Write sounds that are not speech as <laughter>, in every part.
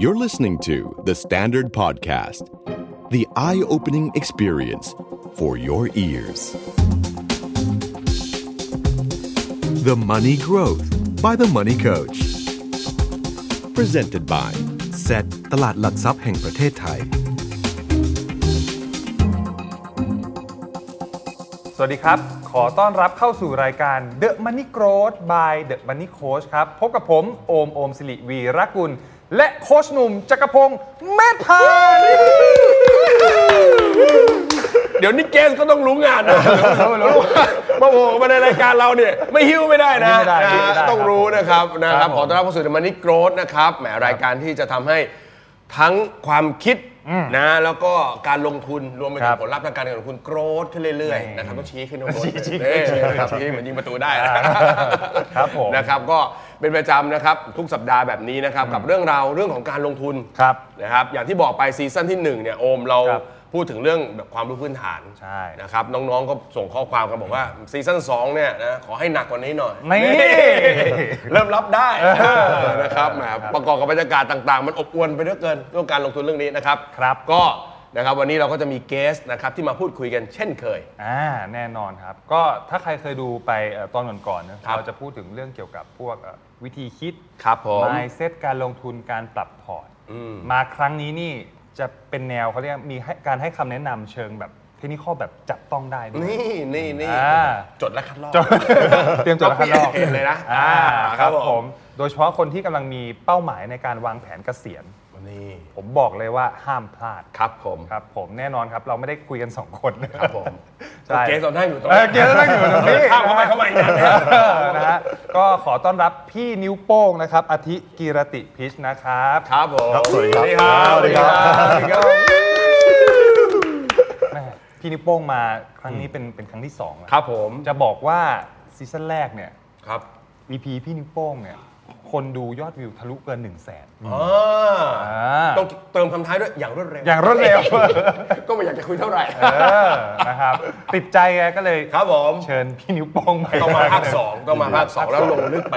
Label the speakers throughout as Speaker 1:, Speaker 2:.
Speaker 1: You're listening to The Standard Podcast, the eye opening experience for your ears. The Money Growth by The Money Coach. Presented by
Speaker 2: เซตตลาดหลักทรัพย์แห่งประเทศไทย
Speaker 3: สวัสดีครับ ขอต้อนรับเข้าสู่รายการ The Money Growth by The Money Coach ครับ พบกับผมโอม โอมสิริวีรกุล และโคชหนุ่มจักรพงศ์เมธพันธ์
Speaker 4: เดี๋ยวนี้เกสก็ต้องรู้งานนะมาโผล่มาในรายการเราเนี่ย ไม่หิ้วไม่ได้นะนะฮะต้องรู้นะครับนะครับขอต้อนรับเข้าสู่มันนี่โกรธนะครับแหมรายการที่จะทำให้ทั้งความคิดนะแล้วก็การลงทุนรวมไปถึงผลลัพธ์ทางการเงินของคุณโกรธขึ้นเรื่อยๆนะครับก็ชี้ขึ้นตรงบนเนี่ยชี้เหมือนยิงประตูได้นะ
Speaker 3: ครับผม
Speaker 4: นะครับก็เป็นประจำนะครับทุกสัปดาห์แบบนี้นะครับกับเรื่องราวเรื่องของการลงทุน
Speaker 3: ครับ
Speaker 4: นะครับอย่างที่บอกไปซีซั่นที่1เนี่ยโอมเรา
Speaker 3: ครับ
Speaker 4: พูดถึงเรื่องแบบความรู้พื้นฐาน
Speaker 3: ใช่
Speaker 4: นะครับน้องๆก็ส่งข้อความกันบอกว่าซีซั่น2เนี่ยนะขอให้หนักกว่านี้หน่อย
Speaker 3: นี่
Speaker 4: <laughs> เริ่มรับได้นะครับแหมประกอบกับบรรยากาศต่างๆ มันอบอวลไปเหลือเกินเรื่องการลงทุนเรื่องนี้นะครับ
Speaker 3: ครับ
Speaker 4: ก็นะครับวันนี้เราก็จะมีเกสนะครับที่มาพูดคุยกันเช่นเคย
Speaker 3: <laughs> อ่าแน่นอนครับ ก็ถ้าใครเคยดูไปเอ่อตอนก่อนๆนะครับ เราจะพูดถึงเรื่องเกี่ยวกับพวกเอ่อวิธีคิด
Speaker 4: ครับผม
Speaker 3: mindset การลงทุนการปรับพอร์ต
Speaker 4: อืม
Speaker 3: มาครั้งนี้นี่จะเป็นแนวเขาเรียกมีให้การให้คำแนะนำเชิงแบบเทคนิคข้อแบบจับต้องได้ด้วย
Speaker 4: นี่นี่นี่
Speaker 3: อ่า
Speaker 4: จดและคัดลอก
Speaker 3: จบ <laughs> เตรียมจดแล้วครับรอบ
Speaker 4: เห็นเลยนะ
Speaker 3: อ่า
Speaker 4: อ่า
Speaker 3: ค
Speaker 4: ครั
Speaker 3: รับบ ผ
Speaker 4: ผม ม
Speaker 3: โดยเฉพาะคนที่กำลังมีเป้าหมายในการวางแผนเกษียณ
Speaker 4: นี่
Speaker 3: ผมบอกเลยว่าห้ามพลาด
Speaker 4: ครับผม
Speaker 3: ครับผมแน่นอนครับเราไม่ได้คุยกัน 2 คนนะครั
Speaker 4: ครั
Speaker 3: บบ
Speaker 4: ผม
Speaker 3: ใช่
Speaker 4: เกสเราได้อยู่ตรง
Speaker 3: เอ
Speaker 4: นี้
Speaker 3: อเกสเรานั่งอยู่ตรงนี้
Speaker 4: <laughs> ข้ามเข้าไปเข้ามาอีกนะ
Speaker 3: เออนะฮะก็ขอต้อนรับพี่นิ้วโป้งนะครับอาทิกีรติพิชนะครับ
Speaker 4: ครับผม
Speaker 2: ครับสวัสดีครับ
Speaker 4: สวัสดีครับสวัสดีครับ
Speaker 3: แม่พี่นิ้วโป้งมาครั้งนี้เป็นเป็นครั้งที่สองแล้ว
Speaker 4: ครับผม
Speaker 3: จะบอกว่าซีซั่นแรกเนี่ย
Speaker 4: ครับ
Speaker 3: EP พี่นิ้วโป้งเนี่ยคนดูยอดวิวทะลุเกิน1นึ่งแสน
Speaker 4: อ่าต้องเติมคำท้ายด้วยอย่างรวดเร็ว
Speaker 3: อย่างรวดเร็ว
Speaker 4: ก็ไม่อยากจะคุยเท่าไหร่
Speaker 3: เออนะครับ ติดใจไงก็เลย
Speaker 4: ครับผม
Speaker 3: เชิญพี่นิ้วโป้งมา
Speaker 4: ต้องมาภาคสองต้องมาภาคสองแล้วลงลึกไป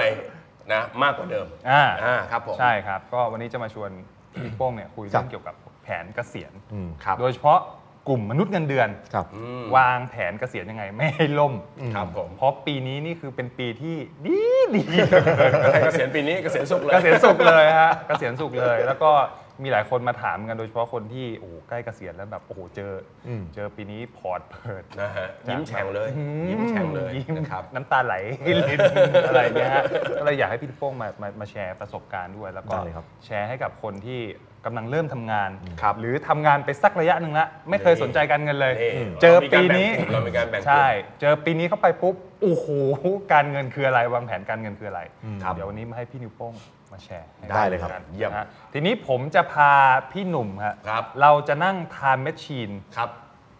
Speaker 4: นะมากกว่าเดิม
Speaker 3: อ่า
Speaker 4: อ่าครับผม
Speaker 3: ใช่ครับ ก็วันนี้จะมาชวนพี่นิ้วโป้งเนี่ยคุยเรื่องเกี่ยวกับแผนเกษียณ
Speaker 4: ครับ
Speaker 3: โดยเฉพาะกลุ่มมนุษย์เงินเดือน
Speaker 2: ครับ
Speaker 3: วางแผนเกษียณยังไงไม่ให้ล่ม
Speaker 4: ครับผม
Speaker 3: เพราะปีนี้นี่คือเป็นปีที่ดีดี
Speaker 4: ใครเกษียณปีนี้เกษียณสุขเลย
Speaker 3: เกษียณสุขเลยฮะเกษียณสุขเลย แล้วก็มีหลายคนมาถามกันโดยเฉพาะคนที่โอ้โหใกล้เกษียณแล้วแบบโอ้โหเจออเจอปีนี้พอร์ตเปิด
Speaker 4: นะฮะยิ้มแฉ่งเลยยิ้มแฉ่งเลย
Speaker 3: ยิ้ม
Speaker 4: นะครับ
Speaker 3: น้ำตา
Speaker 4: <laughs>
Speaker 3: ไหลลิ้นอะไรเงี้ยฮะก็เลยอยากให้พี่โป้งมามามาแชร์ประสบการณ์ด้วย แล้วก็
Speaker 2: ได้เลยครับ
Speaker 3: แชร์ให้กับคนที่กำลังเริ่มทำงาน
Speaker 4: ครับ
Speaker 3: หรือทำงานไปสักระยะหนึ่งละไม่เคยสนใจการเงินเลย
Speaker 4: นี่
Speaker 3: เจอปีนี้
Speaker 4: เรามีการแบ่งกลุ่มเรามีการแบ่งกลุ่ม
Speaker 3: ใช่ เจอปีนี้เข้าไปปุ๊บโอ้โหการเงินคืออะไรวางแผนการเงินคืออะไร
Speaker 4: ครับ
Speaker 3: เดี๋ยววันนี้มาให้พี่นิวโป้งมาแชร์ให้
Speaker 2: ได้เลยครับ
Speaker 3: กัน
Speaker 4: เยี่ยม
Speaker 3: นะฮะทีนี้ผมจะพาพี่หนุ่มฮะ
Speaker 4: ครับ
Speaker 3: เราจะนั่งทานแมชชีน
Speaker 4: ครับ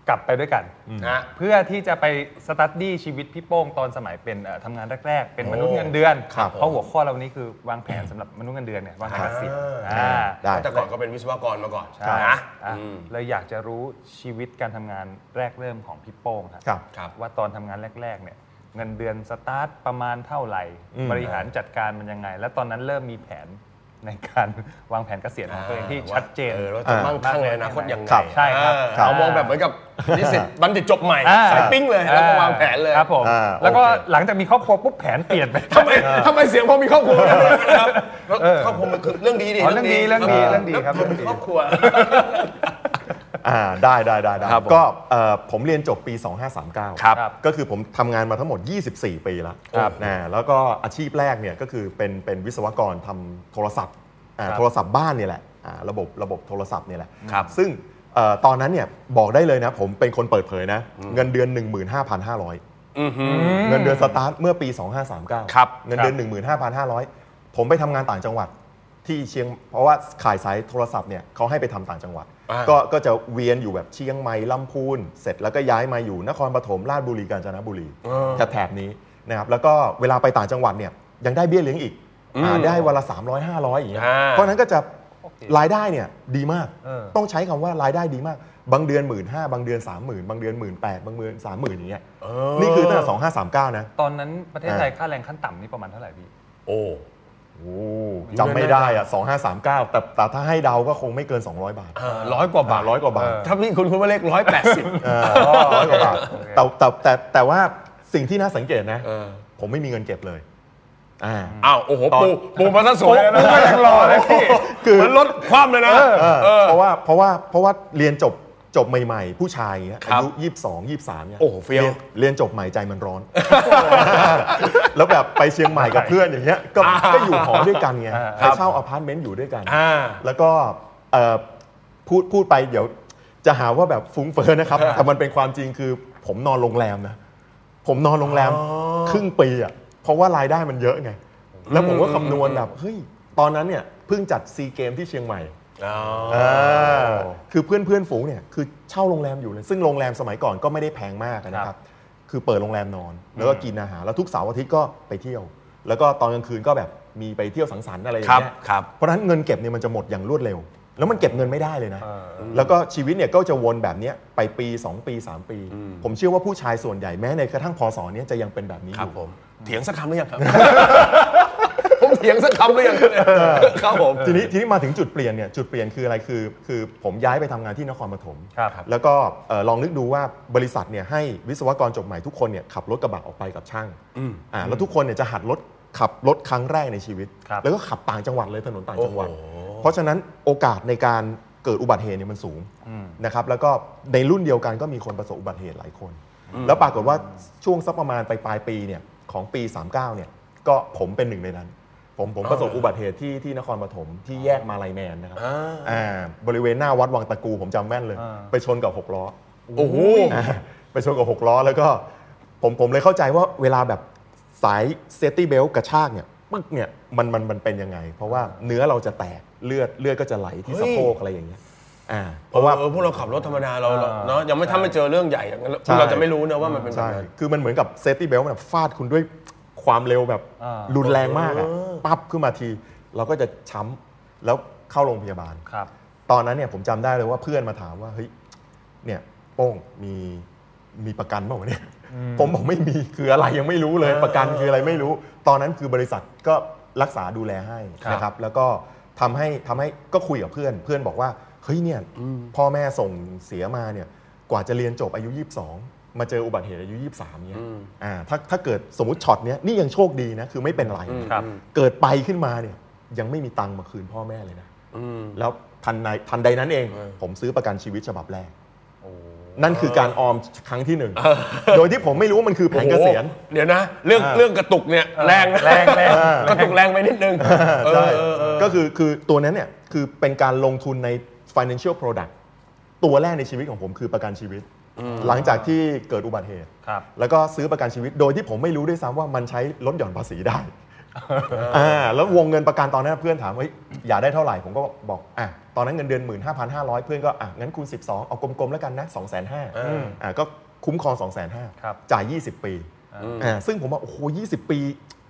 Speaker 3: กลับไปด้วยกัน
Speaker 4: นะ
Speaker 3: เพื่อที่จะไปสตัดดี้ชีวิตพี่โป้งตอนสมัยเป็นเอ่อทำงานแรก ๆ เป็นมนุษย์เงินเดือน
Speaker 4: ครับ
Speaker 3: เพราะหัวข้อเรานี้คือวางแผนสำหรับมนุษย์เงินเดือนเนี่ยวางแผนเกษียณ
Speaker 4: อ่า
Speaker 3: อ่า
Speaker 2: ได้
Speaker 4: แต่ก่อนก็เป็นวิศวกรมาก่อน
Speaker 3: ใช่
Speaker 4: นะ
Speaker 3: อ่ะ
Speaker 4: อืม
Speaker 3: เราอยากจะรู้ชีวิตการทำงานแรกเริ่มของพี่โป้งครับ
Speaker 2: ครับ
Speaker 4: ครับ
Speaker 3: ว่าตอนทำงานแรก ๆ เนี่ยเงินเดือนสตาร์ทประมาณเท่าไหร่
Speaker 2: อืม
Speaker 3: บริหารจัดการมันยังไง และตอนนั้นเริ่มมีแผนในการ วางแผนเกษียณของตัวเองที่ชัดเจน
Speaker 4: ออเราจะมั่งคั่งในอนาคตยังไง
Speaker 2: ครับ
Speaker 3: ใช่ครับ
Speaker 4: เออเอามองแบบเหมือนกับนิสิตบัณฑิตจบใหม่
Speaker 3: อ่
Speaker 4: สายปิ้งเลยแล้วก็วางแผนเลย
Speaker 3: ครับผม
Speaker 2: อ่า
Speaker 3: แล้วก็หลังจากมีครอบครัวปุ๊บแผนเป
Speaker 4: <laughs>
Speaker 3: ลี่ยนไป
Speaker 4: ทำไมทำไมเสียงพอมีครอบครัวนะครับแล้วครอบครัวมันคือเรื่องดีดิ
Speaker 3: อ๋อเรื่องดีเรื่องดีเรื่องดีครับ
Speaker 4: พอมีครอบครัว
Speaker 5: อ่าได้ได้ได้ได้
Speaker 4: ครับผม
Speaker 5: ก็เอ่อผมเรียนจบปี 2539
Speaker 4: ครับ
Speaker 5: ก็คือผมทำงานมาทั้งหมด 24 ปีแล้ว
Speaker 4: ครับ
Speaker 5: นะแล้วก็อาชีพแรกเนี่ยก็คือเป็นเป็นวิศวกรทำโทรศัพท์อ่า
Speaker 3: ครับ
Speaker 5: โทรศัพท์บ้านเนี่ยแหละอ่าระบบระบบโทรศัพท์เนี่ยแหละ
Speaker 4: ครับ
Speaker 5: ซึ่งเอ่อตอนนั้นเนี่ยบอกได้เลยนะผมเป็นคนเปิดเผยนะเงินเดือน 15,500 เงินเดือนสตาร์ทเมื่อปี 2539
Speaker 4: ครับ
Speaker 5: เงินเดือน 15,500 ผมไปทำงานต่างจังหวัดที่เชียง เพราะว่าขายสายโทรศัพท์เนี่ยเขาให้ไปทำต่างจังหวัด
Speaker 4: อ่า
Speaker 5: ก็ก็จะเวียนอยู่แบบเชียงใหม่ลำพูน เสร็จแล้วก็ย้ายมาอยู่นครปฐมราชบุรีกาญจนบุรีแถบๆนี้นะครับแล้วก็เวลาไปต่างจังหวัดเนี่ยยังได้เบี้ยเลี้ยงอีกอาได้วันละ 300 500 อย่างเงี้ย
Speaker 4: อ่า
Speaker 5: เพราะฉะนั้นก็จะรายได้เนี่ยดีมาก
Speaker 3: เออ
Speaker 5: ต้องใช้คำว่ารายได้ดีมาก บางเดือนหมื่นห้าบางเดือนสามหมื่นบางเดือนหมื่นแปดบางเดือนสามหมื่นอย่างเงี้ยนี่คือตั้งแต่สองห้าสามเก้านะ
Speaker 3: ตอนนั้นประเทศ
Speaker 5: อ่า
Speaker 3: ไทยค่าแรงขั้นต่ำนี่ประมาณเท่าไหร่พี่
Speaker 4: โอ้
Speaker 5: โอ้จำไม่ได้อ่ะ2539 แต่แต่ถ้าให้เดาก็คงไม่เกิน 200 บาท
Speaker 4: ร้อยกว่าบาท
Speaker 5: ร้อยกว่าบาท
Speaker 4: ถ้าพี่คุณคุณว่าเลขร้อยแปดสิบ
Speaker 5: ร้อยกว่าบาทแต่แต่แต่แต่ว่าสิ่งที่น่าสังเกตนะ ผมไม่มีเงินเก็บเลยอ่า
Speaker 4: อ้าวโอ้โห
Speaker 5: ตอน
Speaker 4: ปูปูมาซะสวยเลยนะ
Speaker 3: ปูมาอย่างหล่อเลยพี่
Speaker 4: คือมันลดความเลยนะ
Speaker 5: เออเพราะว่าเพราะว่าเพราะว่าเรียนจบจบใหม่ๆ ผู้ชายอย่างเงี้ย
Speaker 4: ค
Speaker 5: อา
Speaker 4: รับ
Speaker 5: ยุยี่สิบสองยี่สามเนี่ย
Speaker 4: โอ้โหเฟี้ยว
Speaker 5: รีนเรียนจบใหม่ใจมันร้อน แล้วแบบไปเชียงใหม่กับเพื่อนอย่างเงี้ยก็
Speaker 4: อ่า
Speaker 5: ก็อยู่หอด้วยกันไง
Speaker 3: อ่า
Speaker 5: ไปเช่าอพาร์ตเมนต์อยู่ด้วยกัน
Speaker 4: อ่า
Speaker 5: แล้วก็เอ่อพูดพูดไปเดี๋ยวจะหาว่าแบบฟุ้งเฟ้อนะครับ แต่มันเป็นความจริงคือผมนอนโรงแรมนะ ผมนอนโรงแรมครึ่งปีอ่ะเพราะว่ารายได้มันเยอะไง แล้วผมก็คำนวณแบบเฮ้ยตอนนั้นเนี่ยเพิ่งจัดซีเกมที่เชียงใหม่
Speaker 4: อ๋อ
Speaker 5: คือเพื่อนเพื่อนๆฝูงเนี่ยคือเช่าโรงแรมอยู่เลย ซึ่งโรงแรมสมัยก่อนก็ไม่ได้แพงมากนะ
Speaker 3: ค
Speaker 5: ค
Speaker 3: รั
Speaker 5: รับ บ คือเปิดโรงแรมนอน แล้วก็กินอาหาร แล้วทุกเสาร์อาทิตย์ก็ไปเที่ยว แล้วก็ตอนกลางคืนก็แบบมีไปเที่ยวสังสรรค์อะไรอย่างเงี้
Speaker 4: ค
Speaker 5: ย
Speaker 4: รับครับ
Speaker 5: เพราะฉะนั้นเงินเก็บเนี่ยมันจะหมดอย่างรวดเร็ว แล้วมันเก็บเงินไม่ได้เลยนะ
Speaker 3: เออ
Speaker 5: แล้วก็ชีวิตเนี่ยก็จะวนแบบเนี้ยไปปี 2 ปี 3 ปี ผมเชื่อว่าผู้ชายส่วนใหญ่แม้ในกระทั่งพศเนี่ยจะยังเป็นแบบนี้
Speaker 4: ค
Speaker 5: อ
Speaker 4: รับ
Speaker 5: ยู่
Speaker 4: ผม เถียงสักคำหรือยังครับ <laughs> ผมเถียงสักคำหรือยังครับผม
Speaker 5: ทีนี้ทีนี้มาถึงจุดเปลี่ยนเนี่ยจุดเปลี่ยนคืออะไรคือคือผมย้ายไปทำงานที่นครปฐม
Speaker 3: ครับ
Speaker 5: แล้วก็เอ่อลองนึกดูว่าบริษัทเนี่ยให้วิศวกรจบใหม่ทุกคนเนี่ยขับรถกระบะออกไปกับช่างอ่าแล้วทุกคนเนี่ยจะหัดรถขับรถครั้งแรกในชีวิต
Speaker 3: ครับ
Speaker 5: แล้วก็ขับต่างจังหวัดเลยถนนต่างจังหวัด
Speaker 4: โอ้โห
Speaker 5: เพราะฉะนั้นโอกาสในการเกิดอุบัติเหตุเนี่ยมันสูงนะครับแล้วก็ในรุ่นเดียวกันก็มีคนประสบอุบัติเหตุหลายคน แล้วปรากฏว่าช่วงสักประมาณปลายปลายๆปีเนี่ยของปี 39เนี่ยก็ผมเป็นหนึ่งในนั้น ผมผมประสบอุบัติเหตุที่ที่นครปฐมที่แยกมาลายแมนนะครับอ่าบริเวณหน้าวัดวังตะกูผมจำแม่นเลย
Speaker 3: อ่า
Speaker 5: ไปชนกับหกล้อ <laughs>
Speaker 4: โอ้โห
Speaker 5: ไปชนกับหกล้อแล้วก็ผมผมเลยเข้าใจว่าเวลาแบบสายเซฟตี้เบลกระชากเนี่ยปึ๊กเนี่ยมันมันมันเป็นยังไง เพราะว่าเนื้อเราจะแตกเลือดเลือดก็จะไหลที่
Speaker 4: เฮ้ย
Speaker 5: สะโพกอะไรอย่างเงี้ยอ่าเพราะว่า
Speaker 4: ออพวกเราขับรถธรรมดาเราเรา
Speaker 3: อ่า
Speaker 4: เนาะยังไม่ถ้าไม่เจอเรื่องใหญ่อย่างนั้น
Speaker 5: ใช่
Speaker 4: เราจะไม่รู้นะว่ามันเป็นแบบ
Speaker 5: ใช่
Speaker 4: นั้น
Speaker 5: คือมันเหมือนกับเซฟตี้เบลมันแบบฟาดคุณด้วยความเร็วแบบ
Speaker 3: อ่า
Speaker 5: รุนแรงมากอะ
Speaker 4: เออ
Speaker 5: ปั๊บขึ้นมาที เราก็จะช้ำแล้วเข้าโรงพยาบาล
Speaker 3: ครับ
Speaker 5: ตอนนั้นเนี่ยผมจำได้เลยว่าเพื่อนมาถามว่าเฮ้ยเนี่ยโป้งมีมีประกันเปล่าวะเนี่ยผมบอกไม่มีคืออะไรยังไม่รู้เลยประกันคืออะไรไม่รู้ ตอนนั้นคือบริษัทก็รักษาดูแลให้
Speaker 3: ครับ
Speaker 5: นะครับ แล้วก็ทำให้ทำให้ก็คุยกับเพื่อน เพื่อนบอกว่าเฮ้ยเนี่ยพ่อแม่ส่งเสียมาเนี่ยกว่าจะเรียนจบอายุ 22 มาเจออุบัติเหตุอายุ 23เนี่ยอ่าถ้าถ้าเกิดสมมติช็อตเนี้ยนี่ยังโชคดีนะคือไม่เป็นไรนะครับ เกิดไปขึ้นมาเนี่ยยังไม่มีตังค์มาคืนพ่อแม่เลยนะ
Speaker 4: อืม
Speaker 5: แล้วทันในทันใดนั้นเอง
Speaker 4: เออ
Speaker 5: ผมซื้อประกันชีวิตฉบับแรก นั่นคือการออมครั้งที่หนึ่ง โดยที่ผมไม่รู้ว่ามันคือแผนเกษียณ
Speaker 4: โอ้โหเดี๋ยวนะ เรื่อง
Speaker 5: อ่า
Speaker 4: เรื่องกระตุกเนี่ยแรงนะ
Speaker 3: แรงแรง
Speaker 4: กระตุกแรงไปนิดนึง
Speaker 5: ใช่
Speaker 4: เออเออเออ
Speaker 5: ก็คือคือตัวนั้นเนี่ยคือเป็นการลงทุนใน financial product ตัวแรกในชีวิตของผมคือประกันชีวิต หลังจากที่เกิดอุบัติเหตุ
Speaker 3: ครับ
Speaker 5: แล้วก็ซื้อประกันชีวิตโดยที่ผมไม่รู้ด้วยซ้ำว่ามันใช้ลดหย่อนภาษีได้อ่าแล้ววงเงินประกันตอนนั้นเพื่อนถามว่าเฮ้ยอยากได้เท่าไหร่ผมก็บอกอ่ะตอนนั้นเงินเดือน 15,500 เพื่อนก็อ่ะงั้นคูณ 12 เอากลมๆแล้วกันนะ 2 5 0 0 0อ่าก็คุ้มครอง 2 5 0 0
Speaker 3: ครับ
Speaker 5: 0จ่าย 20 ปีอ่าซึ่งผมว่าโอ้โห20 ปี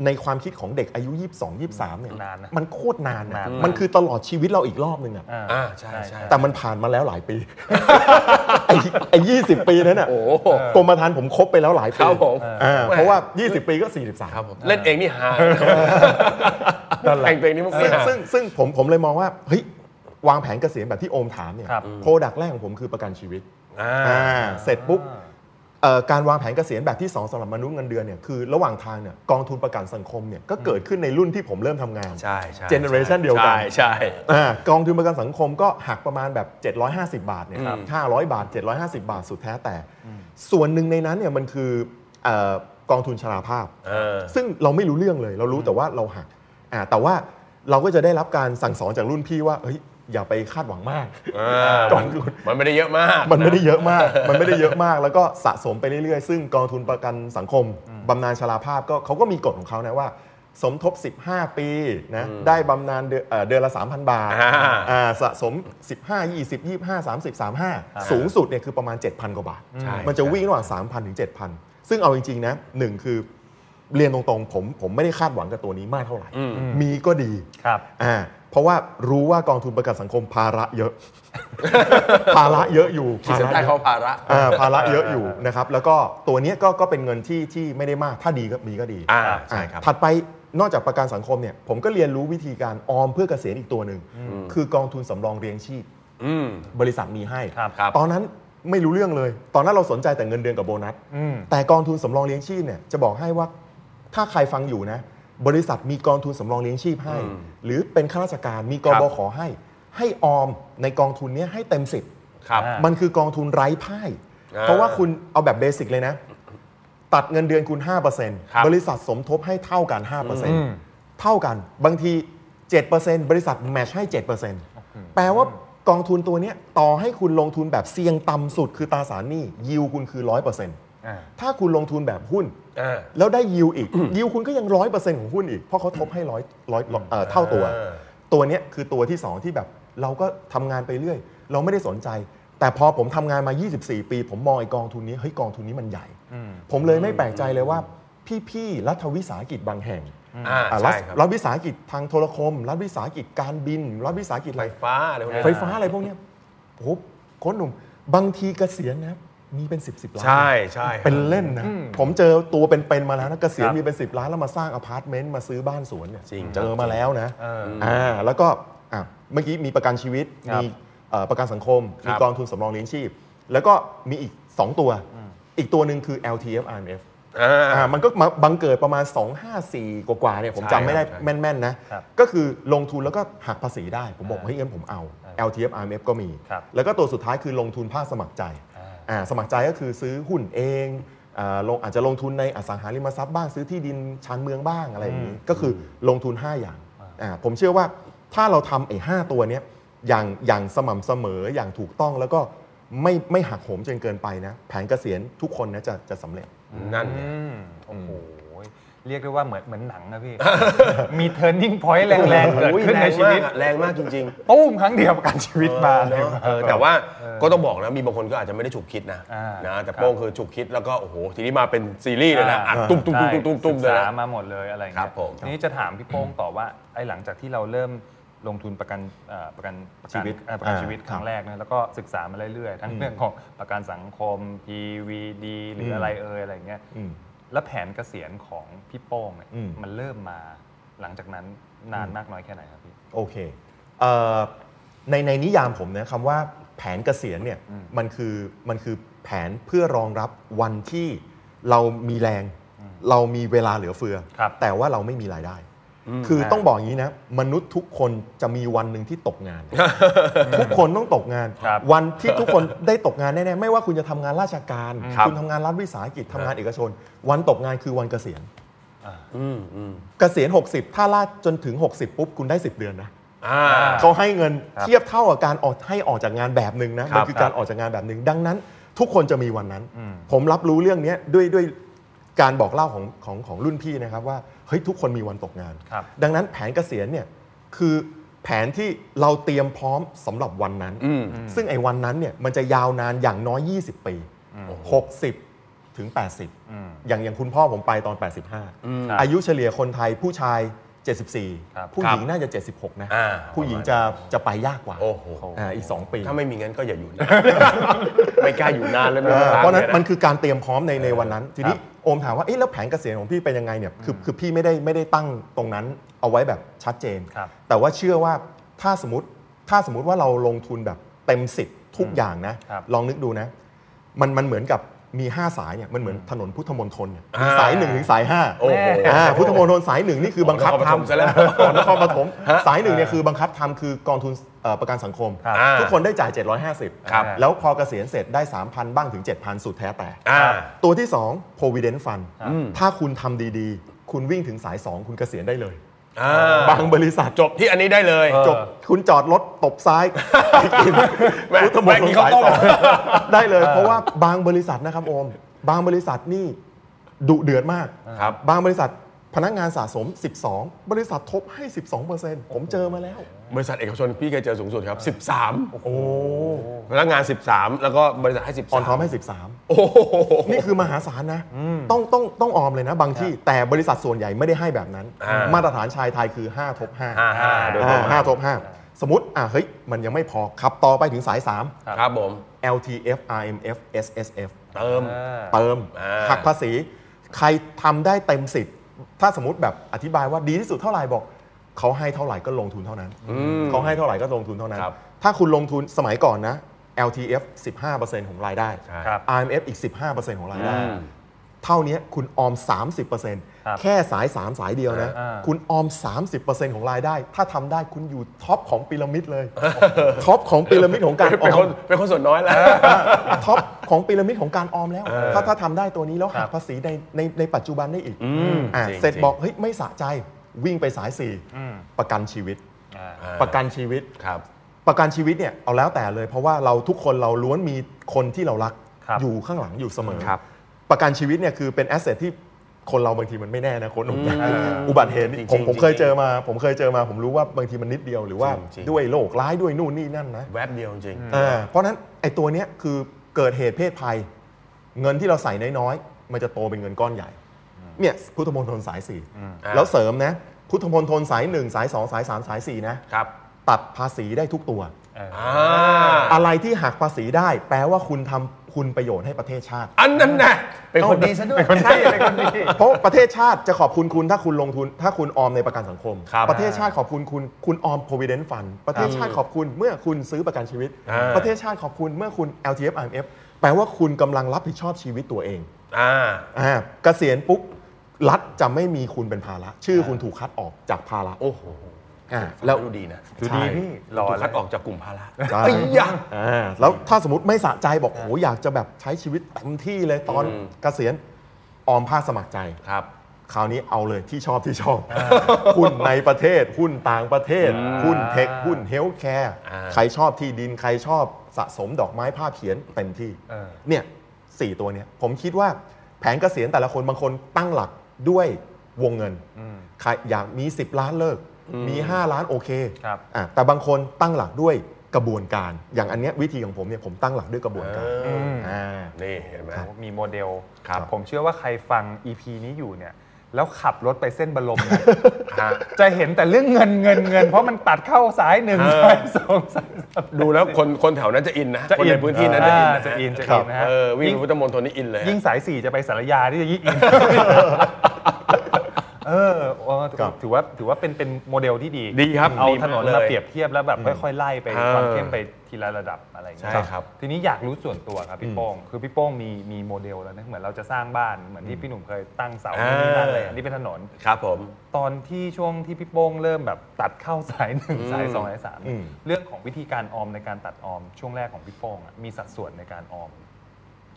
Speaker 5: ในความคิดของเด็กอายุ 22 23เนี่ย
Speaker 3: นานนะ
Speaker 5: มันโคตรนานนะ
Speaker 3: นานมาก
Speaker 5: มันคือตลอดชีวิตเราอีกรอบนึงอ่ะ
Speaker 4: อ่าใช่ใช่
Speaker 5: แต่มันผ่านมาแล้วหลายปี <laughs> ไอ้ไอ้ยี่สิบปีนั้นน่ะ
Speaker 4: โอ้โห
Speaker 5: กรมธรรม์ผมครบไปแล้วหลายปี
Speaker 4: ครับผม
Speaker 5: อ่า
Speaker 4: แหม่
Speaker 5: เพราะว่า 20 ปีก็ 43
Speaker 4: ครับผมเล่นเองนี่ฮา
Speaker 5: นั่นแหละ
Speaker 4: แต่งเพลงนี้มันไม่
Speaker 5: ซึ่ง
Speaker 4: ฮา
Speaker 5: ซึ่งซึ่งผมผมเลยมองว่าเฮ้ยวางแผนเกษียณแบบที่โอมถามเนี่ย
Speaker 3: ครับ
Speaker 5: โปรดักต์แรกของผมคือประกันชีวิต
Speaker 4: อ่า
Speaker 5: อ่าเสร็จปุ๊บเอ่อการวางแผนเกษียณแบบที่สองสำหรับมนุษย์เงินเดือนเนี่ยคือระหว่างทางเนี่ยกองทุนประกันสังคมเนี่ยก็เกิดขึ้นในรุ่นที่ผมเริ่มทำงาน
Speaker 4: ใช่ใช่
Speaker 5: Generation เดียวกัน
Speaker 4: ใช่ใช่
Speaker 5: อ่ากองทุนประกันสังคมก็หักประมาณแบบ 750 บาทเนี่ย
Speaker 4: ครับ
Speaker 5: 500 บาท 750 บาทสุดแท้แต่ ส่วนหนึ่งในนั้นเนี่ยมันคือเออกองทุนชราภาพ
Speaker 4: เออ
Speaker 5: ซึ่งเราไม่รู้เรื่องเลย เรารู้แต่ว่าเราหักอ่าแต่ว่าเราก็จะได้รับการสั่งสอนจากรุ่นพี่ว่าเฮ้ยอย่าไปคาดหวังมาก
Speaker 4: อ่า
Speaker 5: กองทุน
Speaker 4: มันไม่ได้เยอะมาก
Speaker 5: มันไม่ได้เยอะมาก มันไม่ได้เยอะมาก แล้วก็สะสมไปเรื่อยๆ ซึ่งกองทุนประกันสังคมบำนาญชราภาพก็เขาก็มีกฎของเขานะว่า สมทบ 15 ปีนะได้บำนาญเดือนเอ่อเดือนละ 3,000 บาท
Speaker 4: อ่า
Speaker 5: อ่าสะสม 15 20 25 30 35 สูงสุดเนี่ยคือประมาณ 7,000 กว่าบาท
Speaker 4: ใช่
Speaker 5: มันจะวิ่งระหว่าง 3,000 ถึง 7,000 ซึ่งเอาจริงๆนะหนึ่งคือเรียนตรงๆ ผมผมไม่ได้คาดหวังกับตัวนี้มากเท่าไหร่ มีก็ดี
Speaker 3: ครับ
Speaker 5: อ่าเพราะว่ารู้ว่ากองทุนประกันสังคมภาระเยอะ <laughs> ภาระเยอะอยู่
Speaker 4: ขีดเส้นใต้
Speaker 5: เย
Speaker 4: เขา
Speaker 5: อะ
Speaker 4: ภาระ
Speaker 5: อ่าภาระเยอะอยู่นะครับ แล้วก็ตัวเนี้ยก็ก็เป็นเงินที่ที่ไม่ได้มาก ถ้าดีก็มีก็ดี
Speaker 4: อ่าใช่ครับ
Speaker 5: ถัดไป นอกจากประกันสังคมเนี่ยผมก็เรียนรู้วิธีการออมเพื่อเกษียณอีกตัวหนึ่งคือกองทุนสำรองเลี้ยงชีพ
Speaker 4: อืม
Speaker 5: บริษัทมีให้
Speaker 3: ครับ
Speaker 4: ครับ
Speaker 5: ตอนนั้นไม่รู้เรื่องเลย ตอนนั้นเราสนใจแต่เงินเดือนกับโบนัส
Speaker 3: อืม
Speaker 5: แต่กองทุนสำรองเลี้ยงชีพเนี่ยจะบอกให้ว่าถ้าใครฟังอยู่นะ บริษัทมีกองทุนสำรองเลี้ยงชีพให้ หรือเป็นข้าราชการมี
Speaker 4: ค
Speaker 5: ก
Speaker 4: รับ บ
Speaker 5: บขอให้ ให้ออมในกองทุนเนี้ให้เต็มสิบ
Speaker 4: ครับ
Speaker 3: อ่า
Speaker 5: มันคือกองทุนไร้พ่าย
Speaker 4: อ่า
Speaker 5: เพราะว่าคุณเอาแบบเบสิกเลยนะ ตัดเงินเดือนคุณ
Speaker 4: ครับ
Speaker 5: 5%บริษัทสมทบให้เท่ากัน
Speaker 3: ม
Speaker 5: 5%เท่ากัน บางที 7%บริษัทแมชให้ 7%แปลว่ากองทุนตัวเนี้ยต่อให้คุณลงทุนแบบเสี่ยงต่ำสุดคือตราสารหนี้ยิวคุณคือ 100%
Speaker 3: อ่า
Speaker 5: ถ้าคุณลงทุนแบบหุ้น
Speaker 4: อ่า
Speaker 5: แล้วได้ยิวอีก ยิวคุณก็ยัง 100%ของหุ้นอีก เพราะเขาทบให้ร้อยร้อยเอ่อเท่าตัว ตัวเนี้ยคือตัวที่ 2 ที่แบบเราก็ทำงานไปเรื่อย เราไม่ได้สนใจ แต่พอผมทำงานมา 24 ปี ผมมองไอกองทุนนี้เฮ้ยกองทุนนี้มันใหญ่ ผมเลยไม่แปลกใจเลยว่า พี่ๆรัฐวิสาหกิจบางแห่ง
Speaker 4: อ่า
Speaker 5: อ่ะรัฐ
Speaker 4: ใช่ครับ
Speaker 5: รัฐวิสาหกิจทางโทรคม รัฐวิสาหกิจการบิน รัฐวิสาหกิจอะ
Speaker 4: ไฟ
Speaker 5: ไร
Speaker 4: ฟ้าอะไรพวกนี้
Speaker 5: ไฟฟ้าอะไรพวกเนี้ยโอ้โหโค้ชหนุ่ม บางทีเกษียณนะมีเป็น 10บสล้าน
Speaker 4: ใช่ใช่
Speaker 5: เป็นเล่นนะ ผมเจอตัวเป็นๆมาแล้วนะเกษียณมีเป็น 10 ล้านแล้วมาสร้างอพาร์ตเมนต์มาซื้อบ้านสวนเนี่ย
Speaker 4: จริง
Speaker 5: เจอมาแล้วนะ
Speaker 3: เออ
Speaker 5: อ่าแล้วก็อ่ะเมื่อกี้มีประกันชีวิต
Speaker 3: ครับ
Speaker 5: มีเอ่อประกันสังคม
Speaker 4: ครับ
Speaker 5: มีกองทุนสำรองเลี้ยงชีพ แล้วก็มีอีก 2 ตัว อีกตัวหนึ่งคือ LTF RMF
Speaker 4: อ่า
Speaker 5: อ่ามันก็มาบังเกิดประมาณ 254 กว่าๆเนี่ยผม
Speaker 4: ใช่
Speaker 5: จำไม่ได้
Speaker 4: ครับ
Speaker 5: แม่นๆนะ
Speaker 3: ครับ
Speaker 5: ก็คือลงทุนแล้วก็หักภาษีได้ ผมบอก
Speaker 3: อ่า
Speaker 5: เฮ้ยเงินผมเอา LTF RMF ก็มี
Speaker 3: ครับ
Speaker 5: แล้วก็ตัวสุดท้ายคือลงทุนภาคสมัครใจ
Speaker 3: อ่า
Speaker 5: อ่าสมัครใจก็คือซื้อหุ้นเองอ่าลงอาจจะลงทุนในอสังหาริมทรัพย์บ้างซื้อที่ดินชานเมืองบ้างอะไรอย่างนี้ก็คือลงทุน 5 อย่างอ่าผมเชื่อว่าถ้าเราทำไอ้ห้าตัวเนี้ยอย่างอย่างสม่ำเสมออย่างถูกต้องแล้วก็ไม่ไม่หักโหมจนเกินไปนะแผนเกษียณทุกคนนะจะจะสำเร็จ
Speaker 4: นั่นไง
Speaker 3: อืมโอ้โหเรียกได้ว่าเหมือนเหมือนหนัง
Speaker 4: <laughs>
Speaker 3: นะพี่ มี turning point แรงๆเกิด
Speaker 4: โอ้ย
Speaker 3: ขึ้นในชีวิต
Speaker 4: แรงมากอะแรงมากจริง
Speaker 3: ตุ้มครั้งเดียวประกันชีวิต
Speaker 4: ๆ
Speaker 3: มา
Speaker 4: เออเออแต่ว่าก็ต้องบอกนะมีบางคนก็อาจจะไม่ได้ฉุกคิดนะ
Speaker 3: อ่าน
Speaker 4: นะแต่
Speaker 3: ครับ
Speaker 4: โป้งคือฉุกคิดแล้วก็โอ้โหทีนี้มาเป็นซีรีส์เลยนะ
Speaker 3: อ่า
Speaker 4: อัดตุ้มตุ้มตุ้มตุ้มตุ้มๆๆๆๆเลย
Speaker 3: ใช่ศึก
Speaker 4: นะ
Speaker 3: ษามาหมดเลยอะไรอย่าง
Speaker 4: ครั
Speaker 3: เงี้
Speaker 4: บ
Speaker 3: ย
Speaker 4: ผม
Speaker 3: ทีนี้จะถามพี่โป้งต่อว่าไอ้หลังจากที่เราเริ่มลงทุนประกันเอ่อประกันประ
Speaker 5: ชี
Speaker 3: กัน
Speaker 5: วิต
Speaker 3: เอ่อประกันชีวิต
Speaker 5: อ่า
Speaker 3: ครั้งแรกนะแล้วก็ศึกษามาเรื่อยๆ ทั้งเรื่องของประกันสังคม PVD หรือ
Speaker 5: ม
Speaker 3: อะไรเอ่ยอะไรอย่างเงี้ย
Speaker 5: อืม
Speaker 3: แล้วแผนเกษียณของพี่โป้งเนี่ย
Speaker 5: อืม
Speaker 3: มันเริ่มมาหลังจากนั้นนานมากน้อยแค่ไหนครับพี่
Speaker 5: โอเคเอ่อในในนิยามผมนะคำว่าแผนเกษียณเนี่ยมันคือมันคือแผนเพื่อรองรับวันที่เรามีแรง เรามีเวลาเหลือเฟือ
Speaker 3: ครับ
Speaker 5: แต่ว่าเราไม่มีรายได้ คือต้องบอกอย่างนี้นะมนุษย์ทุกคนจะมีวันหนึ่งที่ตกงาน ทุกคนต้องตกงาน
Speaker 3: ครับ
Speaker 5: วันที่ทุกคนได้ตกงานแน่ๆไม่ว่าคุณจะทำงานราชการ
Speaker 4: ครับ
Speaker 5: ณทำงานรัฐวิสาหกิจทำงานเอกชน วันตกงานคือวันเกษียณ
Speaker 4: อืมอืม
Speaker 5: เกษียณ 60 ถ้าลาดจนถึง 60 ปุ๊บคุณได้ 10 เดือนนะ
Speaker 4: อ่า
Speaker 5: เขาให้เงิน
Speaker 3: ครับ
Speaker 5: เทียบเท่ากับการออกให้ออกจากงานแบบหนึ่งนะ
Speaker 4: ครับ
Speaker 5: มันคือการออกจากงานแบบหนึ่งดังนั้น ทุกคนจะมีวันนั้น
Speaker 3: อืม
Speaker 5: ผมรับรู้เรื่องเนี้ยด้วยด้วยการบอกเล่าของของของรุ่นพี่นะครับว่าเฮ้ยทุกคนมีวันตกงาน
Speaker 3: ครับ
Speaker 5: ดังนั้นแผนเกษียณเนี่ยคือแผนที่เราเตรียมพร้อมสำหรับวันนั้น
Speaker 4: อืม
Speaker 5: ซึ่งไอ้วันนั้นเนี่ยมันจะยาวนานอย่างน้อย 20 ปี 60 ถึง 80
Speaker 3: อืม
Speaker 5: อย่างอย่างคุณพ่อผมไปตอน 85 อายุเฉลี่ยคนไทยผู้ชาย
Speaker 3: ครับ
Speaker 5: 74 ผู้หญิงน่าจะ 76 นะ
Speaker 4: อ่า
Speaker 5: ผู้หญิงจะจะไปยากกว่า
Speaker 4: โอ้โห
Speaker 5: อ่าอีก 2 ปี
Speaker 4: ถ้าไม่มีเงินก็อย่าอยู่นะ ไม่กล้าอยู่นานแล้วไม่
Speaker 5: เอ
Speaker 4: รู้
Speaker 5: อ
Speaker 4: ทง
Speaker 5: เพราะฉะนั้น
Speaker 4: ย
Speaker 5: มันคือการเตรียมพร้อมในในวันนั้น ทีนี้โอมถามว่าเอ๊ะแล้วแผนเกษียณของพี่เป็นยังไงเนี่ยคือคือพี่ไม่ได้ไม่ได้ตั้งตรงนั้นเอาไว้แบบชัดเจน
Speaker 3: ครับ
Speaker 5: แต่ว่าเชื่อว่าถ้าสมมติถ้าสมมติว่าเราลงทุนแบบเต็มสิบทุกอย่างนะ
Speaker 3: ครับ
Speaker 5: ลองนึกดูนะ มันมันเหมือนกับมี 5 สายเนี่ยมันเหมือนถนนพุทธมนทนเนี่ย
Speaker 4: อ่ามี
Speaker 5: มีสายหนึ่งถึงสายห้า
Speaker 4: โอ้โห
Speaker 5: อ่าพุทธมณฑลสายหนึ่งนี่คือบังคับ
Speaker 4: ของนครปฐม
Speaker 5: ทำ
Speaker 4: ซะแล้ว
Speaker 5: ของนครปฐมสายหนึ่งเนี่ยคือบังคับทำคือกองทุนเอ่อประกันสังคม
Speaker 3: ครับ
Speaker 5: ทุกคนได้จ่าย 750
Speaker 4: ครับ
Speaker 5: แล้วพอเกษียณเสร็จได้ 3,000 บ้างถึง 7,000 สุดแท้แต่
Speaker 4: อ่า
Speaker 5: ตัวที่ 2 provident fund ถ้าคุณทำดีๆ คุณวิ่งถึงสาย 2 คุณเกษียณได้เลย
Speaker 4: อ่า
Speaker 5: บางบริษัท
Speaker 4: จบที่อันนี้ได้เลย
Speaker 5: จบคุณจอดรถตบซ้ายไปกิน
Speaker 4: แม่
Speaker 5: พุทธมณ
Speaker 4: แม่
Speaker 5: ฑล
Speaker 4: กินข้าว
Speaker 5: สาย
Speaker 4: ต้ม
Speaker 5: สอง ได้เลย เพราะว่าบางบริษัทนะครับโอม บางบริษัทนี่ดุเดือดมาก
Speaker 4: ครับ
Speaker 5: บางบริษัทพนักงานสะสม 12 บริษัททบให้ 12 ผมเจอมาแล้ว
Speaker 4: บริษัทเอกชนพี่เคยเจอสูงสุดครับ 13
Speaker 5: โอ้
Speaker 4: พนักงาน 13 แล้วก็บริษัทให้
Speaker 5: ออนทอม
Speaker 4: 13
Speaker 5: ให้
Speaker 4: โอ้โห
Speaker 5: 13 นี่คือมหาศาลนะ ต้องต้องต้องออมเลยนะ บางที่แต่บริษัทส่วนใหญ่ไม่ได้ให้แบบนั้น
Speaker 4: อ่าม
Speaker 5: มาตรฐานชายไทยคือ 5 ทบ 5
Speaker 4: ห้าห้าโดยประมาณ
Speaker 5: 5ทบ 5 สมมติอ่ะเฮ้ย มันยังไม่พอขับต่อไปถึงสาย
Speaker 4: ครับผม
Speaker 5: 3 LTF RMF SSF
Speaker 4: เติม
Speaker 5: เติม
Speaker 4: อ่า
Speaker 5: หักภาษี ใครทำได้เต็มสิบ ถ้าสมมติแบบอธิบายว่าดีที่สุดเท่าไหร่บอกเขาให้เท่าไหร่ก็ลงทุนเท่านั้นเขาให้เท่าไหร่ก็ลงทุนเท่านั้น
Speaker 4: ครับ
Speaker 5: ถ้าคุณลงทุนสมัยก่อนนะ LTF 15%ของรายได้
Speaker 3: ครับ
Speaker 5: IMF อีก 15%ของรายได้
Speaker 4: อืม
Speaker 5: เท่านี้คุณออม
Speaker 3: ครับ
Speaker 5: 30%แค่สาย 3 สายเดียวนะ
Speaker 3: อ่า
Speaker 5: คุณออม 30%ของรายได้ ถ้าทำได้คุณอยู่ท็อปของพีระมิดเลยท็อปของพีระมิดของการอ
Speaker 4: เป็นค
Speaker 5: อน ม
Speaker 4: เป็นคนส่วนน้อยแล้ว
Speaker 5: ท็อปของพีระมิดของการออมแล้ว ถ้าถ้าทำได้ตัวนี้แล้วหักภาษีในในในปัจจุบันได้อีก
Speaker 4: ม
Speaker 5: อ่ะ
Speaker 4: จริง
Speaker 5: เสร็จ
Speaker 4: จริง
Speaker 5: บอกเฮ้ยไม่สะใจวิ่งไปสายสี่ประกันชีวิต ประกันชีวิต
Speaker 4: ครับ
Speaker 5: ประกันชีวิตเนี่ยเอาแล้วแต่เลย เพราะว่าเราทุกคนเราล้วนมีคนที่เรารัก
Speaker 3: ครับ
Speaker 5: อยู่ข้างหลังอยู่เสมอ
Speaker 4: ครับ
Speaker 5: ประกันชีวิตเนี่ยคือเป็นแอสเซทที่คนเราบางทีมันไม่แน่นะโคนหนุ่มอุบัติเหตุนี่ผมผมเคยเจอมา ผมเคยเจอมา ผมรู้ว่าบางทีมันนิดเดียวหรือว่า
Speaker 4: จริงๆ
Speaker 5: ด้วยโรคร้ายด้วยนู่นนี่นั่นนะ
Speaker 4: แวบเดียวจริง
Speaker 5: เออเพราะฉะนั้นไอ้ตัวเนี้ยคือเกิดเหตุเพศภัย เงินที่เราใส่น้อยๆมันจะโตเป็นเงินก้อนใหญ่เนี่ยพุทธมณฑลสายสี่แล้วเสริมนะพุทธมณฑลสายหนึ่งสายสองสายสามสายสี่นะครับ ตัดภาษีได้ทุกตัว
Speaker 4: อ่า
Speaker 5: อะไรที่หักภาษีได้ แปลว่าคุณทำคุณประโยชน์ให้ประเทศชาติ
Speaker 4: อันนั้นนะเป็นคน
Speaker 5: เอา
Speaker 4: ดีซะด้วย
Speaker 3: ใช่เป็นคนดี
Speaker 4: <laughs>
Speaker 5: เพราะประเทศชาติจะขอบคุณคุณถ้าคุณลงทุน ถ้าคุณออมในประกันสังคม
Speaker 4: ครับ
Speaker 5: ประเทศชาติขอบคุณคุณคุณออม provident fund ประเทศชาติขอบคุณเมื่อคุณซื้อประกันชีวิต
Speaker 4: อ่า
Speaker 5: ประเทศชาติขอบคุณเมื่อคุณ LTF IMF แปลว่าคุณกำลังรับผิดชอบชีวิตตัวเอง
Speaker 4: อ่า
Speaker 5: อ่าเกษียณปุ๊บรัฐจะไม่มีคุณเป็นภาระ ชื่อคุณถูกคัดออกจากภาระ
Speaker 4: โอ้โห
Speaker 5: อ่า
Speaker 4: แล้
Speaker 5: แล้ว ว
Speaker 4: ดูดีนะ
Speaker 3: ดูดีพี่หล่
Speaker 4: ถู
Speaker 3: อก แล้
Speaker 4: คั
Speaker 3: ว
Speaker 4: ดออกจากกลุ่มภาระ
Speaker 5: ใช่
Speaker 4: ไอ้ยะ
Speaker 5: อ่าแล้วถ้าสมมติไม่สะใจบอกโหอยากจะแบบใช้ชีวิตเต็มที่เลยตอน
Speaker 4: อืม
Speaker 5: เกษียณออมภาคสมัครใจ
Speaker 4: ครับ
Speaker 5: คราวนี้เอาเลยที่ชอบที่ชอบหุ้นในประเทศ หุ้นต่างประเทศ หุ้นเทค หุ้นเฮลท์แคร์
Speaker 4: อ่า
Speaker 5: ใครชอบที่ดินใครชอบสะสมดอกไม้ภาพเขียนเต็มที่
Speaker 3: เออ
Speaker 5: เนี่ยสี่ตัวเนี่ยผมคิดว่าแผนเกษียณแต่ละคนบางคนตั้งหลักด้วยวงเงินใครอยากมี 10 ล้านเลิก มี 5 ล้านโอเค
Speaker 3: ครับ
Speaker 5: อ่ะแต่บางคนตั้งหลักด้วยกระบวนการ อย่างอันเนี้ยวิธีของผมเนี่ยผมตั้งหลักด้วยกระบวนการอ่า
Speaker 4: นี่เห็นไหม
Speaker 3: โอ้มีโมเดล
Speaker 4: ครับ
Speaker 3: ผมเชื่อว่าใครฟัง EP นี้อยู่เนี่ย แล้วขับรถไปเส้นบรมนะ
Speaker 4: ฮะ
Speaker 3: จะเห็นแต่เรื่องเงินเงินเงิน เพราะมันตัดเข้าสายหนึ่งสายสองสายสาม
Speaker 4: ดูแล้วคนคนแถวนั้นจะอินนะ
Speaker 3: จะ
Speaker 4: คน
Speaker 3: อิ
Speaker 4: ใน
Speaker 3: น
Speaker 4: พื้นที่นั้นจะอินนะ
Speaker 3: าจะอินจะ
Speaker 5: ครั
Speaker 3: อิ
Speaker 5: บ
Speaker 3: นนะฮะ
Speaker 4: เออวิ่ง
Speaker 3: ยิ่ง
Speaker 4: พุทธมณฑลนี่อินเลยฮะ
Speaker 3: ยิ่งสายสี่จะไปสารยาที่จะ
Speaker 4: <laughs>
Speaker 3: ยิ่งอิน เออเออ
Speaker 5: ครับ
Speaker 3: ถือว่าถือว่าเป็นเป็นโมเดลที่ดี
Speaker 4: ดีครับ
Speaker 3: เอา
Speaker 4: ดีมาก
Speaker 3: ถนน
Speaker 4: เลย
Speaker 3: มาเปรียบเทียบแล้วแบบค่อยๆไล่ไป
Speaker 4: เออ
Speaker 3: ความเข้มไปทีละระดับอะไรอย่างเงี้ย
Speaker 4: ใช่ครับ
Speaker 3: ทีนี้อยากรู้ส่วนตัวครับพี่โป้งคือพี่โป้งมีมีโมเดลแล้วนะเหมือนเราจะสร้างบ้านเหมือนที่พี่หนุ่มเคยตั้งเสาที่นนี่นั่นเลยอันนี้เป็นถนน
Speaker 4: ครับผม
Speaker 3: ตอนที่ช่วงที่พี่โป้งเริ่มแบบตัดเข้าสายหนึ่งสายสองสายสาม
Speaker 5: อืม
Speaker 3: เรื่องของวิธีการออมในการตัดออม ช่วงแรกของพี่โป้งอะมีสัดส่วนในการออม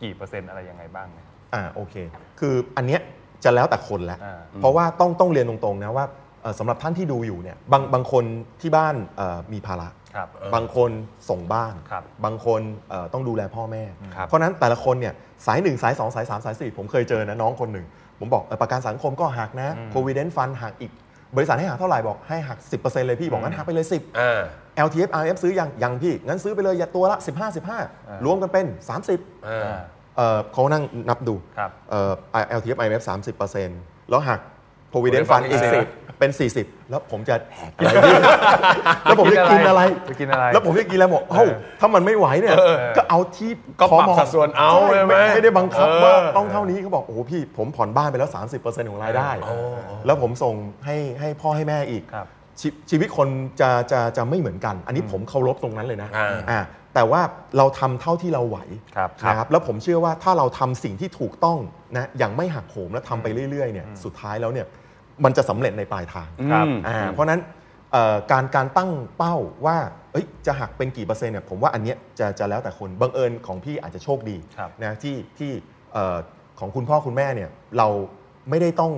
Speaker 3: กี่เปอร์เซ็นต์อะไรยังไงบ้างไหม
Speaker 5: อ่าโอเค คืออันเนี้ยจะแล้วแต่คนแล้ว
Speaker 3: อ่า
Speaker 5: เพราะว่าต้องต้องเรียนตรงๆนะว่าเอ่อสำหรับท่านที่ดูอยู่เนี่ยบางบางคนที่บ้านเอ่อมีภาระ
Speaker 3: ครับ
Speaker 5: บางคนส่งบ้าน
Speaker 3: ครับ
Speaker 5: งคนเอ่อต้องดูแลพ่อแม่
Speaker 4: ครับ
Speaker 5: เพราะฉะนั้นแต่ละคนเนี่ยสายหนึ่งสายสองสายสามสายสี่ผมเคยเจอนะน้องคนหนึ่ง ผมบอกเอ่อประกันสังคมก็หักนะ provident fund หักอีก บริษัทให้หักเท่าไหร่บอกให้หัก 10%เลยพี่บอกงั้นหักไปเลย 10
Speaker 4: อ่า
Speaker 5: LTF RF ซื้อยังยังพี่งั้นซื้อไปเลยอย่าตัวละ 15 15 รวมกันเป็น 30
Speaker 4: อ่า
Speaker 3: อ่า
Speaker 5: เอ่อเขานั่งนับดู
Speaker 3: ครับ
Speaker 5: เอ่อ LTF IMF 30 แล้วหัก provident
Speaker 4: Provident
Speaker 5: fund
Speaker 4: Fund
Speaker 5: อีก
Speaker 4: อีก
Speaker 5: 10เป็น 40 แล้วผมจะแหกอะไรดี <laughs> แล้วผมจะกินอะไร
Speaker 3: จะกินอะไร
Speaker 5: แล้วผมจะกินอะไรบอกเอ้าถ้ามันไม่ไหวเนี่ยก็เอาที่
Speaker 4: ก็ปรับ
Speaker 5: คม
Speaker 4: สัดส่วนเอา
Speaker 5: ใช่
Speaker 4: ใช่ไหม
Speaker 5: ไม่ได้บังคับ
Speaker 4: เออ
Speaker 5: ว่าต้องเท่านี้เขาบอกโอ้โหพี่ผมผ่อนบ้านไปแล้ว 30%ของรายได้ แล้วผมส่งให้ให้พ่อให้แม่อีก
Speaker 3: ครับ
Speaker 5: ชีชีวิตคนจะจะจะไม่เหมือนกัน อันนี้ผมเคารพตรงนั้นเลยนะ
Speaker 4: อ่า
Speaker 5: อ่าแต่ว่าเราทำเท่าที่เราไหว
Speaker 3: ครับ
Speaker 5: นะครับ แล้วผมเชื่อว่าถ้าเราทำสิ่งที่ถูกต้องนะอย่างไม่หักโหมและทำไปเรื่อยๆเนี่ยสุดท้ายแล้วเนี่ยมันจะสำเร็จในปลายทาง
Speaker 3: ครับ
Speaker 5: อ่าเพราะฉะนั้นเอ่อการการตั้งเป้าว่าเอ้ยจะหักเป็นกี่เปอร์เซ็นต์เนี่ยผมว่าอันเนี้ยจะจะแล้วแต่คนบังเอิญของพี่อาจจะโชคดี
Speaker 3: ครับ
Speaker 5: นะที่ที่เอ่อของคุณพ่อคุณแม่เนี่ยเราไม่ได้ต้อง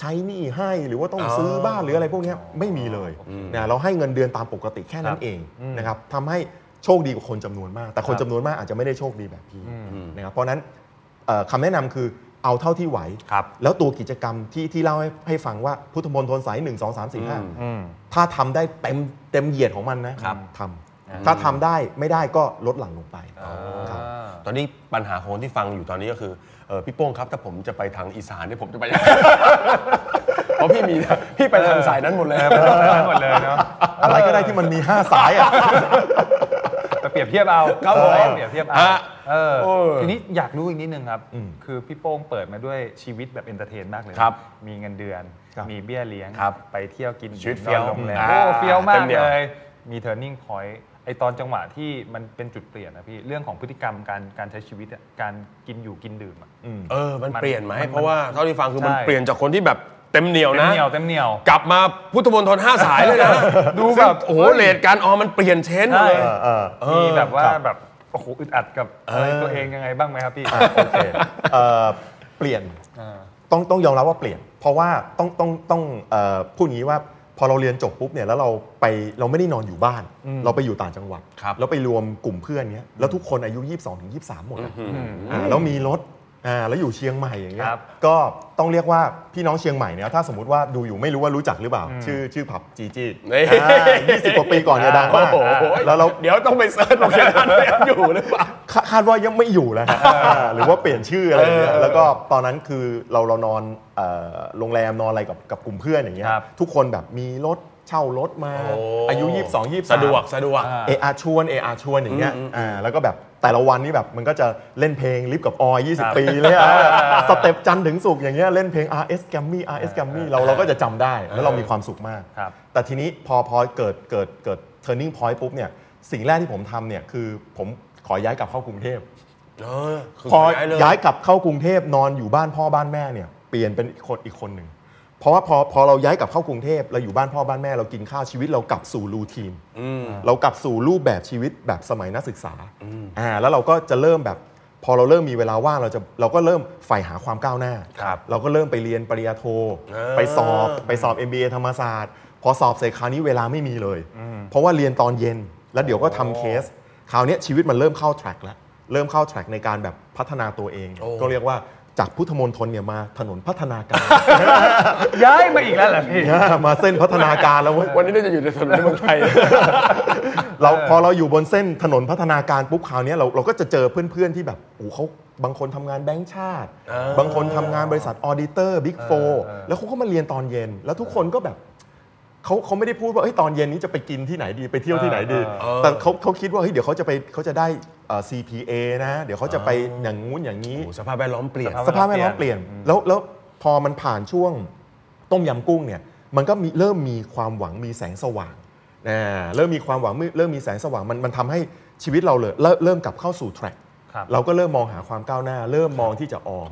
Speaker 5: ใช้หนี้ให้หรือว่าต้อง
Speaker 4: อ๋อ
Speaker 5: ซื้อบ้านหรืออะไรพวกเนี้ยไม่มีเลยนะเราให้เงินเดือนตามปกติแค่นั้
Speaker 3: ครับ
Speaker 5: นเอง
Speaker 3: อืม
Speaker 5: นะครับทำให้โชคดีกว่าคนจำนวนมาก แต่ค
Speaker 3: คน รับ
Speaker 5: จำนวนมากอาจจะไม่ได้โชคดีแบบพี่
Speaker 3: อืม
Speaker 5: นะครับเพราะฉะนั้นเอ่อคำแนะนำคือเอาเท่าที่ไหว
Speaker 4: ครับ
Speaker 5: แล้วตัวกิจกรรมที่ที่เล่าให้ให้ฟังว่าพุทธมนตรสาย 1 2 3 4
Speaker 3: อืม
Speaker 5: 5 ถ้าทำได้เต็มเต็มเหยียดของมันนะครับ ทำถ้าทำได้ไม่ได้ก็ลดหลั่งลงไปครับ
Speaker 4: ตอนนี้ปัญหาของคนที่ฟังอยู่ตอนนี้ก็คือเออพี่โป้งครับ ถ้าผมจะไปทางอีสานเนี่ยผมจะไปยังไง เพราะพี่มีพี่ไปทางสายนั้นหมดเลย
Speaker 3: ไปทางนั้นหมดเลยเนาะ
Speaker 5: อะไรก็ได้ที่มันมี 5 สายอะ
Speaker 3: แต่ เปรียบเทียบเอา
Speaker 4: ครับผม
Speaker 3: เออเปรียบเทียบเอา
Speaker 4: ฮะ
Speaker 3: เออ
Speaker 4: โอ้
Speaker 3: ทีนี้อยากรู้อีกนิดนึงครับ
Speaker 5: อืม
Speaker 3: คือพี่โป้งเปิดมาด้วยชีวิตแบบเอนเตอร์เทนมากเลยนะครับ มีเงินเดือน
Speaker 5: ครับ
Speaker 3: มีเบี้ยเลี้ยง
Speaker 4: ครับ
Speaker 3: ไปเที่ยวกิน
Speaker 4: ชีวิตเฟี้ยว
Speaker 3: โรงแรม
Speaker 4: อ่า
Speaker 3: โอ้เฟี้ยวมา
Speaker 4: เต็
Speaker 3: ก
Speaker 4: มเหนียว
Speaker 3: เลย มี turning point ไอตอนจังหวะที่มันเป็นจุดเปลี่ยนนะพี่เรื่องของพฤติกรรมการการใช้ชีวิตอะการกินอยู่กินดื่มอะ
Speaker 4: เออ มัน
Speaker 3: มัน
Speaker 4: เปลี่ยนไหม
Speaker 3: มัน
Speaker 4: เพราะว่าเท่าที่ฟังคือมัน
Speaker 3: ใช่
Speaker 4: เปลี่ยนจากคนที่แบบเต็มเหนียว
Speaker 3: เต็ม
Speaker 4: นะ
Speaker 3: เหนียวเต็มเหนียว
Speaker 4: กลับมาพุทธมนตรห้าสายเลยนะ
Speaker 3: ดูแบบ
Speaker 4: โอ้โหเลดการออมมันเปลี่ยนเชนหมดเลย
Speaker 3: ใช่
Speaker 5: <laughs> เออเออ
Speaker 3: มีแบบว่า
Speaker 5: ครับ
Speaker 3: แบบโอ้โหอึดอัดกับอะไรตัวเองยังไงบ้างไหมครับพี่
Speaker 5: อ่ะโอเคเอ่อเปลี่ยนต้องต้องยอมรับว่าเปลี่ยน เพราะว่าต้องต้องต้องเอ่อพูดอย่างนี้ว่าพอเราเรียนจบปุ๊บเนี่ยแล้วเราไปเราไม่ได้นอนอยู่บ้าน เราไปอยู่ต่างจังหวัด
Speaker 4: ครับ
Speaker 5: แล้วไปรวมกลุ่มเพื่อนเนี้ยแล้วทุกคนอายุ 22ถึง23 หมดนะอ่าแล้วมีรถอ่าแล้วอยู่เชียงใหม่อย่างเงี้ย
Speaker 3: ครับ
Speaker 5: ก็ต้องเรียกว่าพี่น้องเชียงใหม่เนี่ยถ้าสมมติว่าดูอยู่ไม่รู้ว่ารู้จักหรือเปล่า ชื่อชื่อผับจีจี้
Speaker 4: นี่
Speaker 5: ยี่สิบกว่าปีก่อนเนี่ยดัง
Speaker 4: โอ้
Speaker 5: มาก
Speaker 4: โห
Speaker 5: แล้วเรา
Speaker 4: เดี๋ยวต้องไปเซิร์ชโลเคชั่นแอบอยู่หรือเปล่า
Speaker 5: คาคาดว่ายังไม่อยู่แล้วฮะหรือว่าเปลี่ยนชื่ออะไรอย่างเงี้ย
Speaker 4: เออ
Speaker 5: แล้วก็ตอนนั้นคือเราเรานอนเอ่อโรงแรมนอนอะไรกับกับกลุ่มเพื่อนอย่างเงี้ย
Speaker 3: ครับ
Speaker 5: ทุกคนแบบมีรถเช่ารถมาอายุ 22 23
Speaker 4: สะดวกสะดวก
Speaker 5: เออาชวนเออาชวนอย่างเงี้ยอ่าแล้วก็แบบแต่ละวันนี่แบบมันก็จะเล่นเพลงลิฟกับออย20 <laughs> ปีเลยอะสเต็ปจันทร์ถึงสุกร์อย่างเงี้ยเล่นเพลง RS g a m m y RS g a m m y เราเราก็จะจำได้แล้วเรามีความสุขมาก
Speaker 3: ครับ
Speaker 5: แต่ทีนี้พอพอเกิดเกิดเกิด turning point ปุ๊บเนี่ยสิ่งแรกที่ผมทำเนี่ยคือผมขอย้ายกลับเข้ากรุงเทพ
Speaker 4: เออคือ
Speaker 5: พอ
Speaker 4: เล
Speaker 5: ย้ายกลับเข้ากรุงเทพนอนอยู่บ้านพ่อบ้านแม่เนี่ยเปลี่ยนเป็นอีกคนอีกคนหนึ่งเพราะว่าพอพอเราย้ายกลับเข้ากรุงเทพเราอยู่บ้านพ่อบ้านแม่เรากินข้าวชีวิตเรากลับสู่รูทีนเรากลับสู่รูปแบบชีวิตแบบสมัยนักศึกษาอ่าแล้วเราก็จะเริ่มแบบ พอเราเริ่มมีเวลาว่างเราจะเราก็เริ่มใฝ่หาความก้าวหน้า
Speaker 4: ครับ
Speaker 5: เราก็เริ่มไปเรียนปริญญาโท
Speaker 4: เออ
Speaker 5: ไปสอบไปสอบ MBA ธรรมศาสตร์ พอสอบเสร็จคราวนี้เวลาไม่มีเลย เพราะว่าเรียนตอนเย็นแล้วเดี๋ยวก็ทำเคส คราวเนี้ยชีวิตมันเริ่มเข้าแทร็กแล้ว เริ่มเข้าแทร็กในการแบบพัฒนาตัวเอง ก็เรียกว่าจากพุทธมนทนเนี่ยมาถนนพัฒนาการ <laughs>
Speaker 3: ย้ายมาอีกแล้วเหรอพี่
Speaker 5: มาเส้นพัฒนาการแล้วเว้ย
Speaker 4: วันนี้น่าจะอยู่ในถนนเมืองไทย
Speaker 5: เราพอเราอยู่บนเส้นถนนพัฒนาการปุ๊บคราวเนี้ยเราเราก็จะเจอเพื่อนๆที่แบบโอ้เขาบางคนทำงานแบงก์ชาติ บางคนทำงานบริษัทออดิเตอร์บิ๊กโฟแล้วเขาก็มาเรียนตอนเย็น แล้วทุกคนก็แบบ เขาเขาไม่ได้พูดว่าเฮ้ยตอนเย็นนี้จะไปกินที่ไหนดีไปเที่ยวที่ไหนดี
Speaker 4: เออ
Speaker 5: แต่เขาเขาคิดว่าเฮ้ยเดี๋ยวเขาจะไปเขาจะได้เอ่อ CPA นะ เดี๋ยวเขาจะไปอย่างงู้นอย่างนี้
Speaker 4: โอ้โหสภาพแวดล้อมเปลี่ยน
Speaker 5: สภาพแวดล้อมเปลี่ยนแล้วแล้วพอมันผ่านช่วงต้มยำกุ้งเนี่ยมันก็มีเริ่มมีความหวังมีแสงสว่างนะเริ่มมีความหวังมีเริ่มมีแสงสว่างมันมันทำให้ชีวิตเราเลยเริ่มเริ่มกลับเข้าสู่แทร็ก
Speaker 3: ครับ
Speaker 5: เราก็เริ่มมองหาความก้าวหน้า เริ่มมองที่จะออม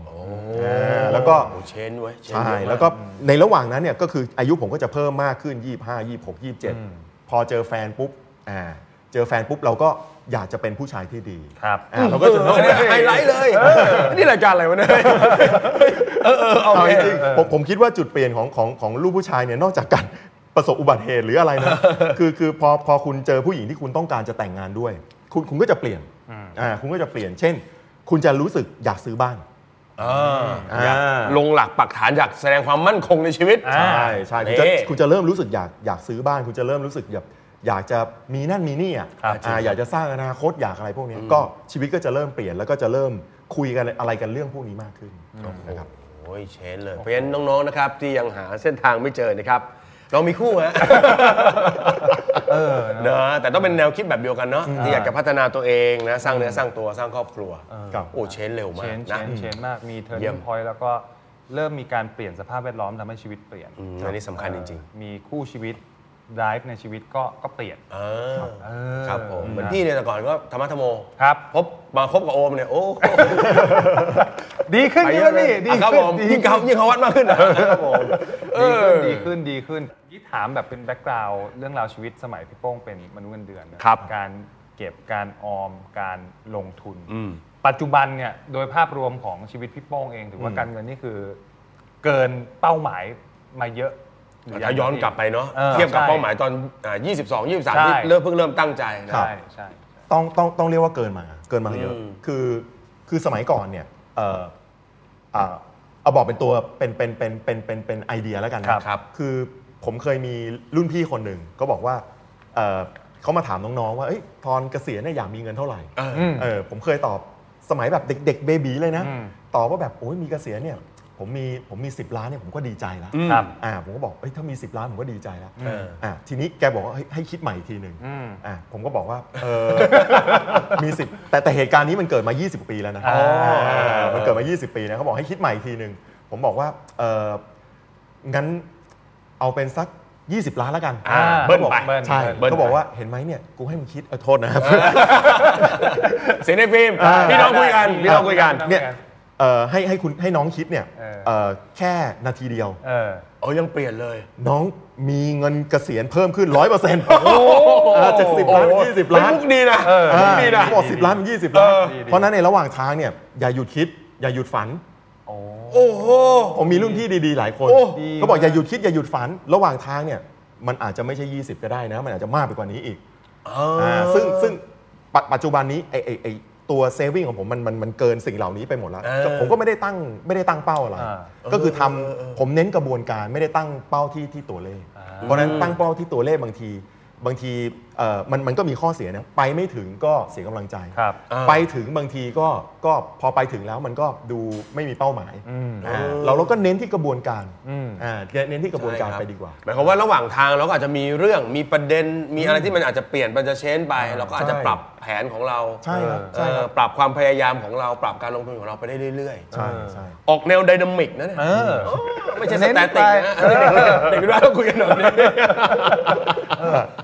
Speaker 5: อาแล้วก็
Speaker 4: โอ้เชนเว้ยเน
Speaker 5: ใช่
Speaker 4: เยอะมา
Speaker 5: แล้วก็ในระหว่างนั้นเนี่ยก็คืออายุผมก็จะเพิ่มมากขึ้น 25 26 27 พอเจอแฟนปุ๊บอ่าเจอแฟนปุ๊บเราก็อยากจะเป็นผู้ชายที่ดี
Speaker 3: ครับ
Speaker 5: อ่าเราก็จะ
Speaker 4: เออเนี่ยไฮไลท์เลยนี่รายการอะไรวะเนี่ยเออเออเอา
Speaker 5: เอาจ
Speaker 4: จริ
Speaker 5: ริ
Speaker 4: ง
Speaker 5: งๆผมผมคิดว่าจุดเปลี่ยนของของของลูกผู้ชายเนี่ยนอกจากการ ประสบอุบัติเหตุหรืออะไรนะ คือคือพอพอคุณเจอผู้หญิงที่คุณต้องการจะแต่งงานด้วย คุณคุณก็จะเปลี่ยนอ่าคุณก็จะเปลี่ยน เช่น คุณจะรู้สึกอยากซื้อบ้านอ่า
Speaker 4: ลงหลักปักฐานอยากแสดงความมั่นคงในชีวิต
Speaker 3: อ่า
Speaker 5: ใช่ใช่
Speaker 4: นี่
Speaker 5: คุณจะคุณจะเริ่มรู้สึกอยากอยากซื้อบ้าน คุณจะเริ่มรู้สึกแบบอยากจะมีนั่นมีนี่อ่ะ
Speaker 3: ครับ
Speaker 5: อ่าอยากจะสร้างอนาคตอยากอะไรพวกเนี้ยก็ชีวิตก็จะเริ่มเปลี่ยนแล้วก็จะเริ่มคุยกันอะไรกันเรื่องพวกนี้มากขึ้นนะครับ
Speaker 4: โอ้ยเชนเลย เพราะฉะนั้นน้องๆนะครับที่ยังหาเส้นทางไม่เจอนะครับเรามีคู่ฮะ
Speaker 3: เออ
Speaker 4: เนอะแต่ต้องเป็นแนวคิดแบบเดียวกันเนาะที่อยากจะพัฒนาตัวเองนะสร้างเนื้อสร้างตัวสร้างครอบครัว
Speaker 5: ครับ
Speaker 4: โอ้เชนเร็ว
Speaker 3: เช
Speaker 4: มาก
Speaker 3: นเช
Speaker 4: นะ
Speaker 3: นเชนมากมีเทอร์
Speaker 4: เยี่ยม
Speaker 3: นิ่งพอยต์แล้วก็เริ่มมีการเปลี่ยนสภาพแวดล้อมทำให้ชีวิตเปลี่ยน
Speaker 4: อืมอันนี้สำคัญจริง
Speaker 3: มีคู่ชีวิตไลฟ์ในชีวิตก็ก็เปลี่ยน
Speaker 4: ๆเออครับผมเหมือนพี่เนี่ยแต่ก่อนก็ธรรมะธรรโม
Speaker 3: ครับ
Speaker 4: พบมาคบกับโอมเนี่ยโอ้
Speaker 3: ดีขึ้นเยอะพี่ดี
Speaker 4: อ่ะครับ
Speaker 3: ขึ้
Speaker 4: ผ
Speaker 3: น
Speaker 4: ม
Speaker 3: ดี
Speaker 4: ยิ่งเขายิ่งเขาวัดมากขึ้นนะ ครับผมเออ
Speaker 3: ดีขึ้นดีขึ้นที่ถามแบบเป็นแบ็กกราวด์เรื่องราวชีวิตสมัยพี่โป้งเป็นมนุษย์เงินเดือนนะครับ การเก็บการออมการลงทุน ปัจจุบันเนี่ยโดยภาพรวมของชีวิตพี่โป้งเองถือว่าการเงินนี่คือ เกินเป้าหมายมาเยอะหรืง
Speaker 4: ถ้าย้อน
Speaker 3: พี่
Speaker 4: กลับไปเนาะ
Speaker 3: ออ
Speaker 4: เทียบกับ
Speaker 3: ใช่
Speaker 4: เป้าหมายตอนอ่า22 23
Speaker 3: ใช่
Speaker 4: ที่เริ่มเพิ่งเริ่มตั้งใจนะ
Speaker 3: ใช่ใช่
Speaker 5: ต้องต้องต้องเรียกว่าเกินมาเกินมาเยอะ
Speaker 4: อืม
Speaker 5: คือคือสมัยก่อนเนี่ยเอออ่าเอาบอกเป็นตัวเป็นเป็นเป็นเป็นเป็นเป็นไอเดียแล้วกันนะครับ คือผมเคยมีรุ่นพี่คนหนึ่งก็บอกว่าเอ่อเขามาถามน้องๆว่าเอ้ยตอนเกษียณเนี่ยอยากมีเงินเท่าไหร่
Speaker 4: เออ
Speaker 5: เออผมเคยตอบสมัยแบบเด็กๆเบบีเลยนะ ตอบว่าแบบโอ้ยมีเกษียณเนี่ย ผมมีผมมี 10 ล้านเนี่ยผมก็ดีใจแล้ว
Speaker 3: ครับ
Speaker 5: อ่าผมก็บอกเอ้ยถ้ามี 10 ล้านผมก็ดีใจแล้ว
Speaker 4: เออ
Speaker 5: อ่าทีนี้แกบอกว่าให้ให้คิดใหม่อีกทีหนึ่ง
Speaker 3: อืม
Speaker 5: อ่าผมก็บอกว่าเออ มีสิบแต่แต่เหตุการณ์นี้มันเกิดมา 20 ปีแล้วนะ
Speaker 3: อ๋ออ่
Speaker 5: ามันเกิดมา 20 ปีนะเขาบอกให้คิดใหม่อีกทีหนึ่งผมบอกว่าเอองั้นเอาเป็นสัก 20 ล้านแล้วกัน
Speaker 4: อ่าเบิ้ลไป
Speaker 3: เบิ้ล
Speaker 5: ใช่
Speaker 4: เบิ้ล
Speaker 5: เขาบอกว่าเห็นไหมเนี่ยกูให้มึงคิดเออโทษนะครับ
Speaker 4: เสียงในฟิล์มพี่น้องคุยกันพี่น้องคุยกัน
Speaker 3: ทำไง
Speaker 5: เนี่ยเอ่อให้ให้คุณให้น้องคิดเนี่ย
Speaker 3: เออ
Speaker 5: เอ่อแค่นาทีเดียว
Speaker 3: เออ
Speaker 4: เออยังเปลี่ยนเลย
Speaker 5: น้องมีเงินเกษียณเพิ่มขึ้นร้อยเปอร์เซ็นต์จากสิบล้านเป็นยี่สิบล้าน
Speaker 4: มุกดีนะ
Speaker 3: เออ
Speaker 4: มุกดีนะ
Speaker 5: บอกสิบล้านเป็นยี่สิบล้าน
Speaker 4: เออ
Speaker 5: เพราะฉะนั้นในระหว่างทางเนี่ยอย่าหยุดคิด อย่าหยุดฝัน
Speaker 4: โอ้โห
Speaker 5: ผมมีรุ่นพี่ดีๆ หลายคน
Speaker 4: โอ้
Speaker 5: เขาบอกอย่าหยุดคิดอย่าหยุดฝัน ระหว่างทางเนี่ยมันอาจจะไม่ใช่ 20 ก็ได้นะ มันอาจจะมากไปกว่านี้อีก อ่าซึ่งซึ่งปจปัจจุบันนี้ไอไอไอตัวเซฟวิ่งของผมมันมันมันเกินสิ่งเหล่านี้ไปหมดแล้ว
Speaker 4: เออ
Speaker 5: ก็ผมก็ไม่ได้ตั้งไม่ได้ตั้งเป้าอะไร
Speaker 3: อ่า
Speaker 5: ก็คือทำผมเน้นกระบวนการไม่ได้ตั้งเป้าที่ที่ตัวเลข เพราะฉะนั้นตั้งเป้าที่ตัวเลขบางที บางทีเอ่อมันมันก็มีข้อเสียนะไปไม่ถึงก็เสียกำลังใจ
Speaker 3: ครับ
Speaker 5: ไปถึงบางทีก็ก็พอไปถึงแล้วมันก็ดูไม่มีเป้าหมายอ่าเราเราก็เน้นที่กระบวนการอ่าเน้นที่กระบวนการไปดีกว่า
Speaker 4: หมายความว่าระหว่างทางเราก็อาจจะมีเรื่องมีประเด็นมีอะไรที่มันอาจจะเปลี่ยนมันจะเชนไป เราก็อาจจะ
Speaker 5: ใช่
Speaker 4: ปรับแผนของเรา
Speaker 5: ใช่ครับ
Speaker 4: เออ
Speaker 5: ใช่ครับ
Speaker 4: ปรับความพยายามของเราปรับการลงทุนของเราไปได้เรื่อย
Speaker 5: ใช่ใช่
Speaker 4: ๆ ออกแนวไดินามิกนะเนี่ย
Speaker 3: เออ
Speaker 4: โอ้ไม่ใช่ส
Speaker 3: เน้น
Speaker 4: แตติกนะ
Speaker 3: ไป
Speaker 4: เด็กๆเด็กๆเราคุยกันหน่อยดิ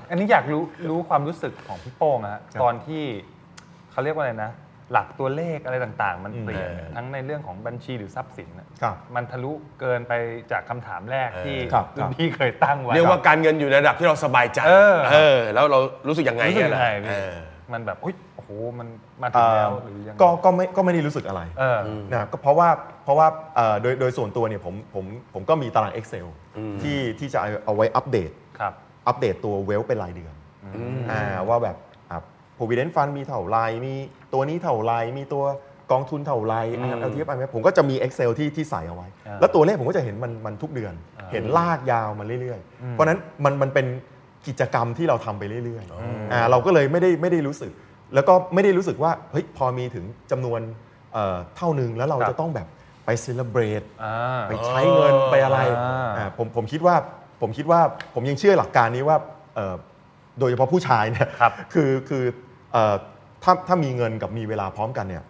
Speaker 3: อันนี้อยากรู้รู้ความรู้สึกของพี่โป้งอะฮะตอนที่เขาเรียกว่าอะไรนะ หลักตัวเลขอะไรต่างๆ มันเปลี่ยน
Speaker 4: เออ
Speaker 3: ทั้งในเรื่องของบัญชีหรือทรัพย์สินอะ
Speaker 5: ครับ
Speaker 3: มันทะลุเกินไปจากคำถามแรกที่
Speaker 5: ครับ
Speaker 3: รุ่น
Speaker 5: ครับ
Speaker 3: พี่เคยตั้งไว้
Speaker 4: เรียกว่าการเงินอยู่ในระดับที่เราสบายใจ
Speaker 3: เออ
Speaker 4: เออ แล้วเรารู้สึกยังไง
Speaker 3: รู้สึกยั
Speaker 4: เนี่ยแหละ
Speaker 3: งไงพี่
Speaker 4: เออ
Speaker 3: มันแบบอุ๊ยโอ้โหมันมาถึ
Speaker 5: เอ่
Speaker 3: ง
Speaker 5: อ
Speaker 3: แล้วหรือยังไง
Speaker 5: ก็ก็ไม่ก็ไม่ได้รู้สึกอะไร
Speaker 3: เออ
Speaker 5: นะครับก็เพราะว่าเพราะว่าเอ่อโดยโดยส่วนตัวเนี่ยผมผมผมก็มีตาราง Excel ที่ที่จะเอาเอาไว้อัปเดต
Speaker 3: ครับ
Speaker 5: อัปเดตตัวเวลเป็นรายเดือนอ่าว่าแบบอ่ะ provident fund มีเท่าไรมีตัวนี้เท่าไรมีตัวกองทุนเท่าไร LTF อะไรผมก็จะมี Excel ที่ที่ใส่เอาไว้
Speaker 3: อ่า
Speaker 5: แล้วตัวเลขผมก็จะเห็นมันมันทุกเดือน เห็นลากยาวมาเรื่อยๆ เพราะฉะนั้นมันมันเป็นกิจกรรมที่เราทำไปเรื่อยๆอ่าเราก็เลยไม่ได้ไม่ได้รู้สึก แล้วก็ไม่ได้รู้สึกว่าเฮ้ยพอมีถึงจำนวนเอ่อเท่านึงแล้วเรา
Speaker 3: ครับ
Speaker 5: จะต้องแบบไปเซเลบรต
Speaker 3: อ่า
Speaker 5: ไปใช้เงินไปอะไร
Speaker 3: อ่า
Speaker 5: อ่าผมผมคิดว่าผมคิดว่าผมยังเชื่อหลักการนี้ว่าเอ่อโดยเฉพาะผู้ชายเนี่ย
Speaker 3: ครับ
Speaker 5: คือคือเอ่อถ้าถ้ามีเงินกับมีเวลาพร้อมกันเนี่ย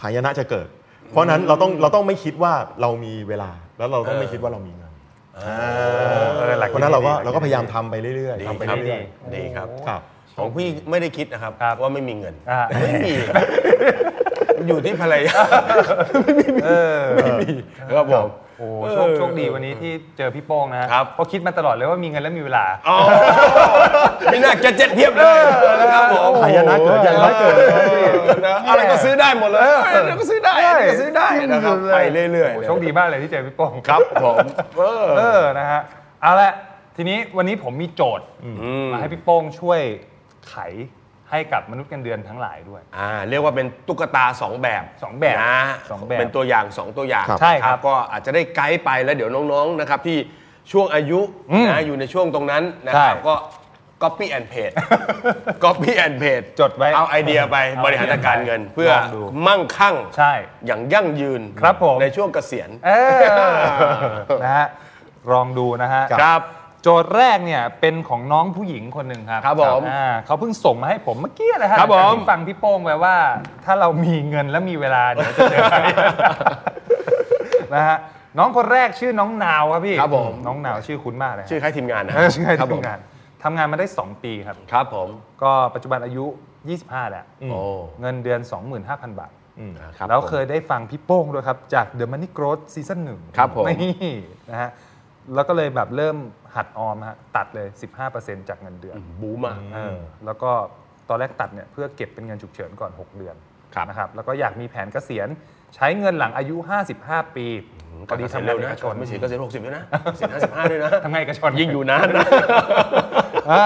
Speaker 5: หายนะจะเกิด เพราะฉะนั้นเราต้องเราต้องไม่คิดว่าเรามีเวลาแล้วเราต้องไม่คิดว่าเรามีเงิน
Speaker 3: เออหลัก
Speaker 5: เพราะฉะนั้นเราก็
Speaker 3: ดีๆ
Speaker 5: เราก็พยายามทำไปเรื่อย
Speaker 4: ดี
Speaker 5: ๆทำไป
Speaker 4: ครับ
Speaker 5: เรื่อย
Speaker 4: ดีครับ
Speaker 5: ๆครับ
Speaker 4: ของพี่ไม่ได้คิดนะครับ
Speaker 3: ครับ
Speaker 4: ว่าไม่มีเงิน
Speaker 3: อ่า
Speaker 4: ไม่มี อยู่ที่ภรรยา
Speaker 3: เออ
Speaker 4: ไม่มีครับผม
Speaker 3: โอ้โหโชคโชคดีวันนี้ที่เจอพี่โป้งนะฮะ
Speaker 4: ครับ
Speaker 3: เพราะคิดมาตลอดเลยว่ามีเงินและมีเวลา
Speaker 4: อ๋อมีหน้าแกดเจ็ตเพียบเลยนะครับผม
Speaker 5: หายนะเกิดอย่างน้อยเกิด
Speaker 4: นะอะไรก็ซื้อได้หมดเลยอะไรก็ซื้อได้อะไรก็ซื้อได้นะครับไปเรื่อย
Speaker 3: โอ้
Speaker 4: ๆ
Speaker 3: โชคดีมากเลยที่เจอพี่โป้ง
Speaker 4: ครับผมเออ
Speaker 3: เออนะฮะเอาละทีนี้วันนี้ผมมีโจทย์มาให้พี่โป้งช่วยไขให้กับมนุษย์กันเดือนทั้งหลายด้วย
Speaker 4: อ่าเรียกว่าเป็นตุ๊กตาสองแบบ
Speaker 3: สองแบบ
Speaker 4: นะ
Speaker 3: สองแบบ
Speaker 4: เป็นตัวอย่างสองตัวอย่าง
Speaker 5: ครับ
Speaker 3: ใช่ครับ
Speaker 4: ก็อาจจะได้ไกด์ไปแล้วเดี๋ยวน้องๆนะครับที่ช่วงอายุนะอยู่ในช่วงตรงนั้นนะครับ
Speaker 3: ใช่
Speaker 4: ก็ copy and
Speaker 3: <laughs>
Speaker 4: paste copy and paste
Speaker 3: จดไว้
Speaker 4: เอาไอเดียไป
Speaker 3: เอา
Speaker 4: บริหารจัดการเงิน เพื่อ
Speaker 3: ลองดู
Speaker 4: มั่งคั่ง
Speaker 3: ใช่
Speaker 4: อย่างยั่งยืน
Speaker 3: ครับผม
Speaker 4: ในช่วงเกษียณ
Speaker 3: เออ
Speaker 4: <laughs>
Speaker 3: นะฮะลองดูนะฮะ
Speaker 4: ครับ
Speaker 3: โจทย์แรกเนี่ยเป็นของน้องผู้หญิงคนหนึ่งครับ
Speaker 4: ครับผม
Speaker 3: อ่าเขาเพิ่งส่งมาให้ผมเมื่อกี้เลยฮะ
Speaker 4: ครับผม
Speaker 3: หลังจากที่ฟังพี่โป้งไปว่า ถ้าเรามีเงินและมีเวลาเดี๋ยวจะเจ
Speaker 4: <laughs>
Speaker 3: อใครนะฮะน้องคนแรกชื่อน้องนาวครับพี่
Speaker 4: ครับผม
Speaker 3: น้องนาวชื่อคุ้นมากเลยฮะ
Speaker 4: ชื่อคล้ายทีมงานนะ
Speaker 3: เออชื่อใคร
Speaker 4: ครับผ
Speaker 3: ทำ
Speaker 4: ม
Speaker 3: งานทำงานมาได้ 2 ปีครับ
Speaker 4: ครับผม
Speaker 3: ก็ปัจจุบันอายุ 25 แล้ว
Speaker 4: โอ้
Speaker 3: เงินเดือน 25,000 บาท
Speaker 4: ครับ
Speaker 3: แล้ว
Speaker 4: ผม
Speaker 3: เคยได้ฟังพี่โป้งด้วยครับ จาก The Money Growth ซีซั่นหนึ่ง
Speaker 4: ครับผม
Speaker 3: นี่นะฮะแล้วก็เลยแบบเริ่มหัดออมฮะตัดเลย 15%จากเงินเดือน
Speaker 4: บูมอ่ะ
Speaker 3: เออแล้วก็ตอนแรกตัดเนี่ยเพื่อเก็บเป็นเงินฉุกเฉินก่อน 6 เดือน
Speaker 4: ครับ
Speaker 3: นะครับแล้วก็อยากมีแผนเกษียณใช้เงินหลังอายุ 55 ปีพอดีทำงานเอกชน
Speaker 4: ไม่ถึงก็เสียหกสิบด้วยนะเสียห้าสิบห้าด้วยนะ
Speaker 3: <laughs> ทำงานเอกชน
Speaker 4: ยิ่งอยู่นานนะ
Speaker 3: อา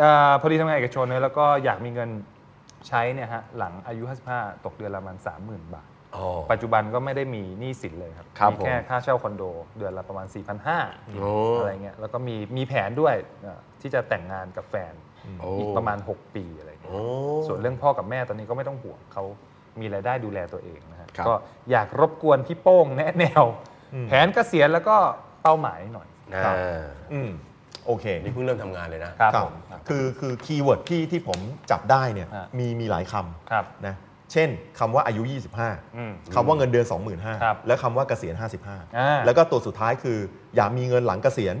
Speaker 3: เอ่อพอดีทำงานเอกชนเนี่ยแล้วก็อยากมีเงินใช้เนี่ยฮะหลังอายุ 55 ตกเดือนละประมาณ 30,000 บาท ปัจจุบันก็ไม่ได้มีหนี้สินเลยครับ
Speaker 4: ครับ
Speaker 3: มีแค่ค่าเช่าคอนโด เดือนละประมาณ 4,500อะไรเงี้ยแล้วก็มีมีแผนด้วยเอ่อที่จะแต่งงานกับแฟน
Speaker 4: โอ้
Speaker 3: อีกประมาณ 6 ปีอะไรเงี้ยส่วนเรื่องพ่อกับแม่ตอนนี้ก็ไม่ต้องห่วงเขา มีรายได้ดูแลตัวเองนะฮะ
Speaker 4: ครับ
Speaker 3: ก็อยากรบกวนพี่โป้งแนะแนว แผนเกษียณแล้วก็เป้าหมายหน่อยครับ
Speaker 4: อ่า
Speaker 5: อืมโอเค
Speaker 4: นี่เพิ่งเริ่มทำงานเลยนะ
Speaker 3: ครับ
Speaker 5: ครับ
Speaker 3: ผมครับ
Speaker 5: คือคือคีย์เวิร์ดที่ที่ผมจับได้เนี่ย
Speaker 3: ฮะ
Speaker 5: มีมีหลายค
Speaker 3: ครับ
Speaker 5: ำนะเช่นคำว่าอายุ
Speaker 3: อืม
Speaker 5: 25คำว่าเงินเดือน
Speaker 3: ครับ
Speaker 5: 25,000 และคำว่าเกษียณ
Speaker 3: อ่า
Speaker 5: 55 แล้วก็ตัวสุดท้ายคือ อย่ามีเงินหลังเกษียณ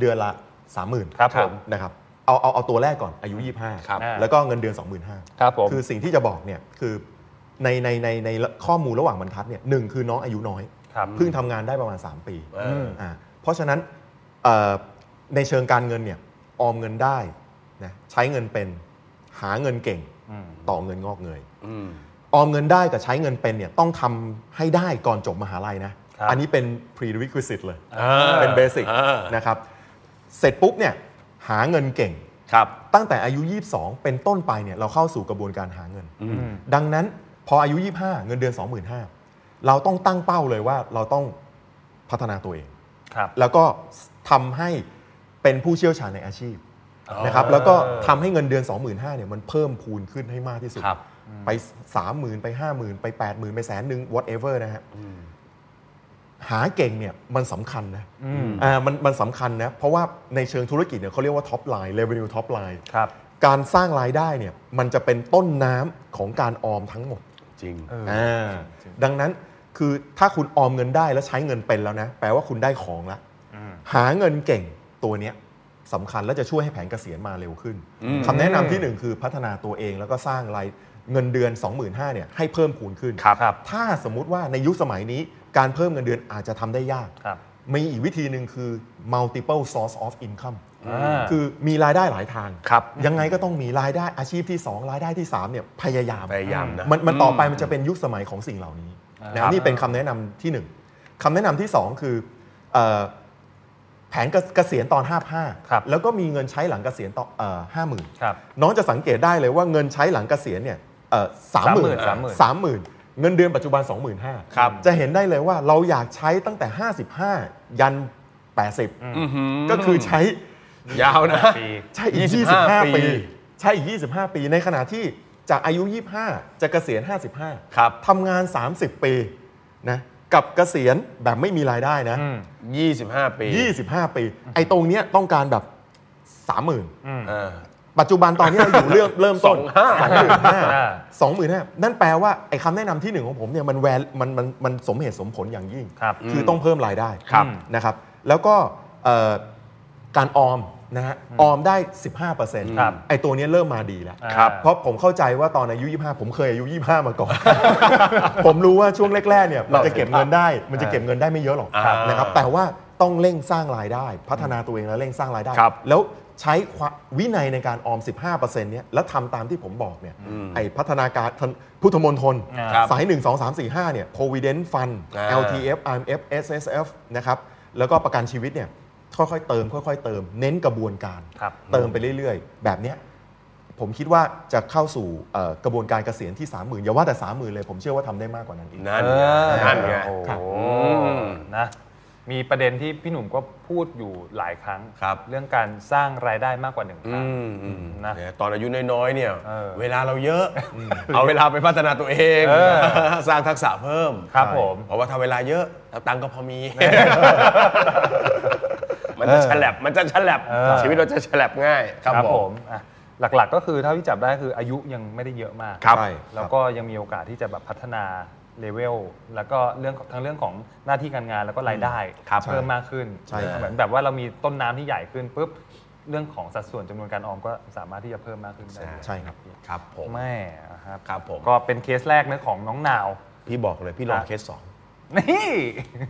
Speaker 5: เดือนละ 30,000
Speaker 3: ครับผม
Speaker 5: นะครับเอาเอาเอาตัวแรกก่อนอายุ
Speaker 4: ครับ
Speaker 5: 25 แล้วก็เงินเดือน 25,000
Speaker 3: ครับผม
Speaker 5: คือสิ่งที่จะบอกเนี่ยคือในในในในข้อมูลระหว่างบรรทัดเนี่ยหนึ่งคือน้องอายุน้อย
Speaker 3: ครับ
Speaker 5: เพิ่งทำงานได้ประมาณ 3 ปี
Speaker 4: เออ
Speaker 5: อ่าเพราะฉะนั้นเอ่อในเชิงการเงินเนี่ยออมเงินได้นะใช้เงินเป็นหาเงินเก่ง
Speaker 3: อืม
Speaker 5: ต่อเงินงอกเงย
Speaker 4: อืม
Speaker 5: ออมเงินได้กับใช้เงินเป็นเนี่ยต้องทำให้ได้ก่อนจบมหาลัยนะครับ อันนี้เป็น prerequisite เลย
Speaker 4: อ่า
Speaker 5: เป็นเบสิก
Speaker 4: อ่าน
Speaker 5: นะครับเสร็จปุ๊บเนี่ยหาเงินเก่ง
Speaker 4: ครับ
Speaker 5: ตั้งแต่อายุ 22 เป็นต้นไปเนี่ยเราเข้าสู่กระบวนการหาเงิน
Speaker 3: อืม
Speaker 5: ดังนั้นพออายุ 25 เงินเดือน 25,000เราต้องตั้งเป้าเลยว่าเราต้องพัฒนาตัวเอง
Speaker 3: ครับ
Speaker 5: แล้วก็ทำให้เป็นผู้เชี่ยวชาญในอาชีพนะครับแล้วก็ทำให้เงินเดือน 25,000เนี่ยมันเพิ่มพูนขึ้นให้มากที่สุด
Speaker 4: ครับ
Speaker 5: ไป 30,000 ไป 50,000 ไป 80,000 ไปแสนหนึ่ง whatever นะฮะหาเก่งเนี่ยมันสำคัญนะ
Speaker 3: อืม
Speaker 5: อ่ามันมันสำคัญนะ เพราะว่าในเชิงธุรกิจเนี่ยเขาเรียกว่า top line revenue top line
Speaker 3: ครับ
Speaker 5: การสร้างรายได้เนี่ยมันจะเป็นต้นน้ำของการออมทั้งหมด
Speaker 4: จริง
Speaker 3: เออ
Speaker 5: อ่าดังนั้นคือถ้าคุณออมเงินได้แล้วใช้เงินเป็นแล้วนะ แปลว่าคุณได้ของละ
Speaker 3: อืม
Speaker 5: หาเงินเก่งตัวเนี้ยสำคัญและจะช่วยให้แผนเกษียณมาเร็วขึ้นคำแนะนำที่หนึ่งคือพัฒนาตัวเองแล้วก็สร้างรายเงินเดือน 25,000เนี่ยให้เพิ่มพูนขึ้น
Speaker 3: ครับครับ
Speaker 5: ถ้าสมมุติว่าในยุคสมัยนี้การเพิ่มเงินเดือนอาจจะทำได้ยาก
Speaker 3: ครับ
Speaker 5: มีอีกวิธีหนึ่งคือ multiple source of income
Speaker 3: อ่า
Speaker 5: คือมีรายได้หลายทาง
Speaker 4: ครับ
Speaker 5: ยังไงก็ต้องมีรายได้อาชีพที่ 2 รายได้ที่3เนี่ยพยายาม
Speaker 4: พยายามนะ
Speaker 5: มันมันต่อไปมันจะเป็นยุคสมัยของสิ่งเหล่านี้นะนี่เป็นคำแนะนำที่ 1คำแนะนำที่ 2 คือเอ่อแผนเกษเกษียณตอน
Speaker 3: ครับ
Speaker 5: 55 แล้วก็มีเงินใช้หลังเกษียณตอนห้าหมื่น
Speaker 3: ครับ
Speaker 5: น้องจะสังเกตได้เลยว่าเงินใช้หลังเกษียณเนี่ยสามหมื่น
Speaker 3: 30,000
Speaker 5: สามหมื่นเงินเดือนปัจจุบัน 2 5 0 0 0
Speaker 4: ครับ
Speaker 5: จะเห็นได้เลยว่าเราอยากใช้ตั้งแต่ 55 ยัน 80 ก็คือใช้
Speaker 4: ยาวนะ
Speaker 3: ปี
Speaker 5: ใช่อีก
Speaker 4: 25
Speaker 5: 25
Speaker 4: ปี
Speaker 5: ปี ใช่อีก 25 ปี ในขณะที่จากอายุ 25 จะเกษียณ 55
Speaker 4: ครับ
Speaker 5: ทำงาน 30 ปีนะกับเกษียณแบบไม่มีรายได้นะ
Speaker 3: อืม
Speaker 4: 25 ปี
Speaker 5: 25 ปี ไอ้ตรงเนี้ยต้องการแบบ 30,000
Speaker 4: อ่า
Speaker 5: ปัจจุบันตอนนี้เราอยู่
Speaker 3: <laughs>
Speaker 5: เรื่อง เริ่มต้น
Speaker 3: อ่า
Speaker 5: 25,000 25,000 นั่นแปลว่า ไอ้คำแนะนำที่หนึ่งของผมเนี่ยมันแวมันมันมันสมเหตุสมผลอย่างยิ่ง
Speaker 3: ครับ
Speaker 5: คือต้องเพิ่มรายได้
Speaker 4: ครับ
Speaker 5: นะครับ แล้วก็เอ่อการออมนะฮะออมได้ 15%
Speaker 3: ครับ
Speaker 5: ไอตัวเนี้ยเริ่มมาดีแล้ว
Speaker 3: อ่า
Speaker 4: ครับ
Speaker 5: เพราะผมเข้าใจว่าตอนอายุ 25 ผมเคยอายุ 25 มาก่อน <laughs> ผมรู้ว่าช่วงแรกๆเนี่ยมันจะเก็บเงินได้ มันจะเก็บเงินได้ไม่เยอะหรอก
Speaker 4: อ่าน
Speaker 5: นะครับ แต่ว่าต้องเร่งสร้างรายได้ พัฒนาตัวเองแล้วเร่งสร้างรายได้
Speaker 4: ครับ
Speaker 5: แล้วใช้ความวินัยในการออม 15%เนี่ยแล้วทำตามที่ผมบอกเนี่ยไอพัฒนาการทนพุทธมนทน
Speaker 3: ครับ
Speaker 5: สาย 1 2 3 4 5เนี่ย provident fund
Speaker 4: อ่า
Speaker 5: LTF IMF SSF นะครับ แล้วก็ประกันชีวิตเนี่ยค่อยๆ เติม ค่อย ๆ เติม เน้นกระบวนการ
Speaker 3: ครับ
Speaker 5: เติมไปเรื่อยๆ แบบเนี้ยผมคิดว่าจะเข้าสู่เอ่อกระบวนการเกษียณที่ 30,000 อย่าว่าแต่ 30,000 เลย ผมเชื่อว่าทำได้มากกว่านั้นอีก
Speaker 4: นั่น
Speaker 3: เอ
Speaker 4: ไง
Speaker 3: อ
Speaker 4: นั่นไง
Speaker 3: โอ้โห
Speaker 5: ครับ
Speaker 3: นะ มีประเด็นที่พี่หนุ่มก็พูดอยู่หลายครั้ง
Speaker 4: ครับ
Speaker 3: เรื่องการสร้างรายได้มากกว่าหนึ่งครั้ง
Speaker 4: อืมอืม
Speaker 3: นะ
Speaker 4: เนี่ยตอนอายุน้อยๆเนี่ย
Speaker 3: เออ
Speaker 4: เวลาเราเยอะ เอาเวลาไปพัฒนาตัวเองสร้างทักษะเพิ่ม
Speaker 3: ครับผม
Speaker 4: เพราะว่าถ้าเวลาเยอะแล้วตังค์ก็พอมี มันจะฉลับมันจะฉลับชีวิตเราจะฉลับง่ายครับผม
Speaker 3: อ่ะหลักๆก็คือเท่าที่จับได้คืออายุยังไม่ได้เยอะมาก
Speaker 4: ครับ
Speaker 5: ใช่
Speaker 3: แล้วก็ยังมีโอกาสที่จะแบบพัฒนาเลเวลแล้วก็เรื่องทั้งเรื่องของหน้าที่การงานแล้วก็รายได้
Speaker 4: ครับ
Speaker 3: เพิ่มมากขึ้น
Speaker 5: ใช่ครับ
Speaker 3: เหมือนแบบว่าเรามีต้นน้ำที่ใหญ่ขึ้นปุ๊บเรื่องของสัดส่วนจำนวนการออมก็สามารถที่จะเพิ่มมากขึ้นได้ด้วย
Speaker 5: ใช่ครับ
Speaker 4: ครับผม
Speaker 3: แม่นะครับ
Speaker 4: ครับผม
Speaker 3: ก็เป็นเคสแรกนะของน้องนาว
Speaker 4: พี่บอกเลยพี่รอ
Speaker 3: ครับ
Speaker 4: เคสสอง
Speaker 3: นี่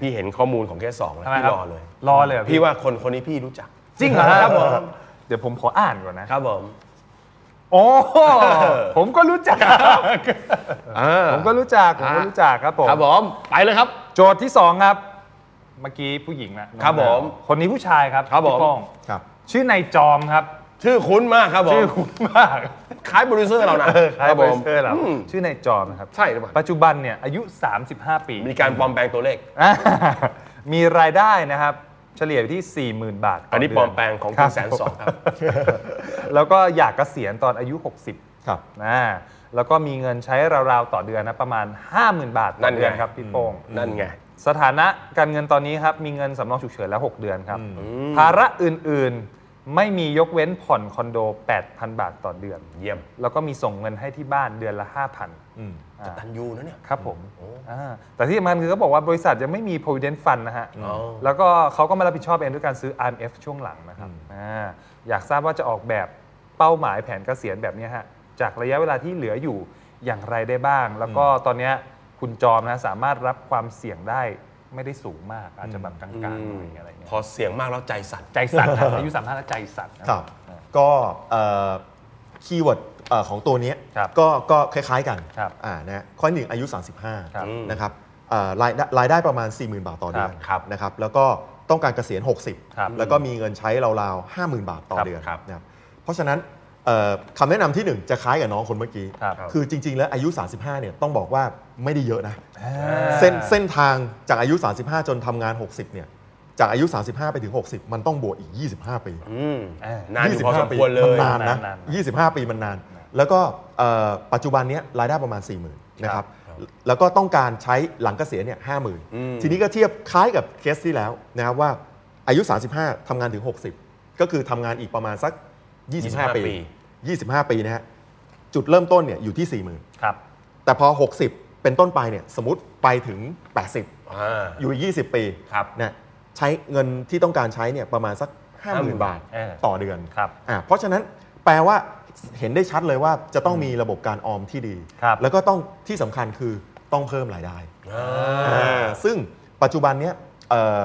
Speaker 4: พี่เห็นข้อมูลของเคสสองแล้ว
Speaker 3: ทำไม
Speaker 4: พี่
Speaker 3: ครับ
Speaker 4: รอเลย
Speaker 3: รอเลยเหรอ
Speaker 4: พี่ว่าคนคนนี้พี่รู้จัก
Speaker 3: จริงเหรอ
Speaker 4: ครับผม
Speaker 3: เดี๋ยวผมขออ่านก่อนนะครับ
Speaker 4: ผม
Speaker 3: โอ้ผมก็รู้จัก ผมก็รู้จักผมก็รู้จักครับผม
Speaker 4: ครับผมไปเลยครับ
Speaker 3: โจทย์ที่ 2 ครับ เมื่อกี้ผู้หญิงนะครับ
Speaker 4: ผม
Speaker 3: คนนี้ผู้ชายครับ
Speaker 4: ครับผม
Speaker 3: พี่ป้อง
Speaker 5: ครับ
Speaker 3: ชื่อนายจอมครับ
Speaker 4: ชื่อคุ้นมากครับผม
Speaker 3: ชื่อคุ้นมาก
Speaker 4: คล้ายโปรดิวเซอร์เรานะ
Speaker 3: คล้าย
Speaker 4: ครับ
Speaker 3: โปร
Speaker 4: ผ
Speaker 3: ดิ
Speaker 4: ม
Speaker 3: วเซอร์เรา
Speaker 4: อืม
Speaker 3: ชื่อนายจอมนะครับ
Speaker 4: ใช่หรือเปล่า
Speaker 3: ปัจจุบันเนี่ยอายุ 35 ปี
Speaker 4: มีการปลอมแปลงตัวเลข
Speaker 3: อ่า <laughs> มีรายได้นะครับ เฉลี่ยอยู่ที่ 40,000 บาท
Speaker 4: อันนี้
Speaker 3: ต่เดื
Speaker 4: ปลอมแปลงของคุณแสนสองครับ
Speaker 3: แล้วก็อยากเกษียณตอนอายุ 60
Speaker 5: ครับ
Speaker 3: นะ แล้วก็มีเงินใช้ราวๆต่อเดือนนะประมาณ 50,000 บาท
Speaker 4: นั่
Speaker 3: ต่อน
Speaker 4: ไง
Speaker 3: เดือนครับพี่โป้ง
Speaker 4: นั่นไง
Speaker 3: สถานะการเงินตอนนี้ครับมีเงินสำรองฉุกเฉินแล้ว 6 เดือนครับ ภาระอื่นๆ ไม่มียกเว้นผ่อนคอนโด 8,000 บาทต่อเดือน
Speaker 4: เยี่ยม
Speaker 3: แล้วก็มีส่งเงินให้ที่บ้านเดือนละ 5,000
Speaker 5: อืม
Speaker 3: อ่า
Speaker 4: ตันยูนะเนี่ย
Speaker 3: ครับผมอ่าแต่ที่สำคัญคือเขาบอกว่าบริษัทยังไม่มี provident fund นะฮะ
Speaker 4: อ๋อ
Speaker 3: แล้วก็เขาก็มารับผิดชอบเองด้วยการซื้อ IMF ช่วงหลังนะครับอ่าอยากทราบว่าจะออกแบบเป้าหมายแผนเกษียณแบบเนี้ยฮะจากระยะเวลาที่เหลืออยู่อย่างไรได้บ้าง แล้วก็ตอนเนี้ยคุณจอมนะสามารถรับความเสี่ยงได้ไม่ได้สูงมาก อาจจะแบบกลางๆหน่อยอะไร
Speaker 4: พ
Speaker 3: เงี้ย
Speaker 4: อเสียงมากแล้วใจสั่น
Speaker 3: ใจสั่นนะอายุสามห้าแล้วใจสั่นนะ
Speaker 5: ครับก็คีย์เวิร์ดของตัวเนี้ย
Speaker 3: ครับ
Speaker 5: ก็ก็คล้ายๆกัน
Speaker 3: ครับ
Speaker 5: อ่านะข้อหนึ่งอายุ
Speaker 3: ครับ
Speaker 5: 35นะครับเอ่อรายได้รายได้ประมาณ 40,000 บาทต่อเดือน
Speaker 4: ครับ
Speaker 5: นะครับแล้วก็ต้องการเกษียณ
Speaker 3: ครับ
Speaker 5: 60 แล้วก็มีเงินใช้ราวๆ 50,000 บาทต่อ
Speaker 3: ครับ
Speaker 5: เดือน
Speaker 4: ครับ
Speaker 5: นะครับเพราะฉะนั้นเอ่อคำแนะนำทีหนึ่1 จะคล้ายกับน้องคนเมื่อกี้
Speaker 3: ครับ
Speaker 5: คือจริงๆแล้วอายุ 35เนี่ยต้องบอกว่าไม่ได้เยอะนะ
Speaker 3: อ่า
Speaker 5: เส้นเส้นทางจากอายุ 35 จนทำงาน 60เนี่ยจากอายุ 35 ไปถึง 60 มันต้องบวกอีก 25 ปี
Speaker 3: เออ
Speaker 4: นานอยู่พอสม
Speaker 5: 25ปี
Speaker 4: ควรเลย
Speaker 5: นานนะ
Speaker 3: นาน
Speaker 5: 25 ปีมันนาน แล้วก็เอ่อปัจจุบันเนี้ยรายได้ประมาณ 40,000นะครับแล้วก็ต้องการใช้หลังเกษียณเนี่ย50,000 ทีนี้ก็เทียบคล้ายกับเคสที่แล้วนะครับว่าอายุ 35ทำงานถึง 60 ก็คือทำงานอีกประมาณสัก 25 ปี
Speaker 4: ปี
Speaker 5: 25 ปีนะฮะจุดเริ่มต้นเนี่ยอยู่ที่ 40,000
Speaker 3: ครับ
Speaker 5: แต่พอ 60 เป็นต้นไปเนี่ยสมมติไปถึง 80
Speaker 4: อ่า
Speaker 5: อยู่อีก20 ปี
Speaker 4: ครับ
Speaker 5: นะใช้เงินที่ต้องการใช้เนี่ยประมาณสัก 50,000 บาท
Speaker 3: เออ
Speaker 5: ต่อเดือน
Speaker 3: ครับ
Speaker 5: อ่าเพราะฉะนั้นแปลว่าเห็นได้ชัดเลยว่าจะต้องมีระบบการออมที่ดี
Speaker 3: ครับ
Speaker 5: แล้วก็ต้องที่สำคัญคือต้องเพิ่มรายได้
Speaker 4: อ่า
Speaker 5: อ่าซึ่งปัจจุบันเนี้ยเอ่อ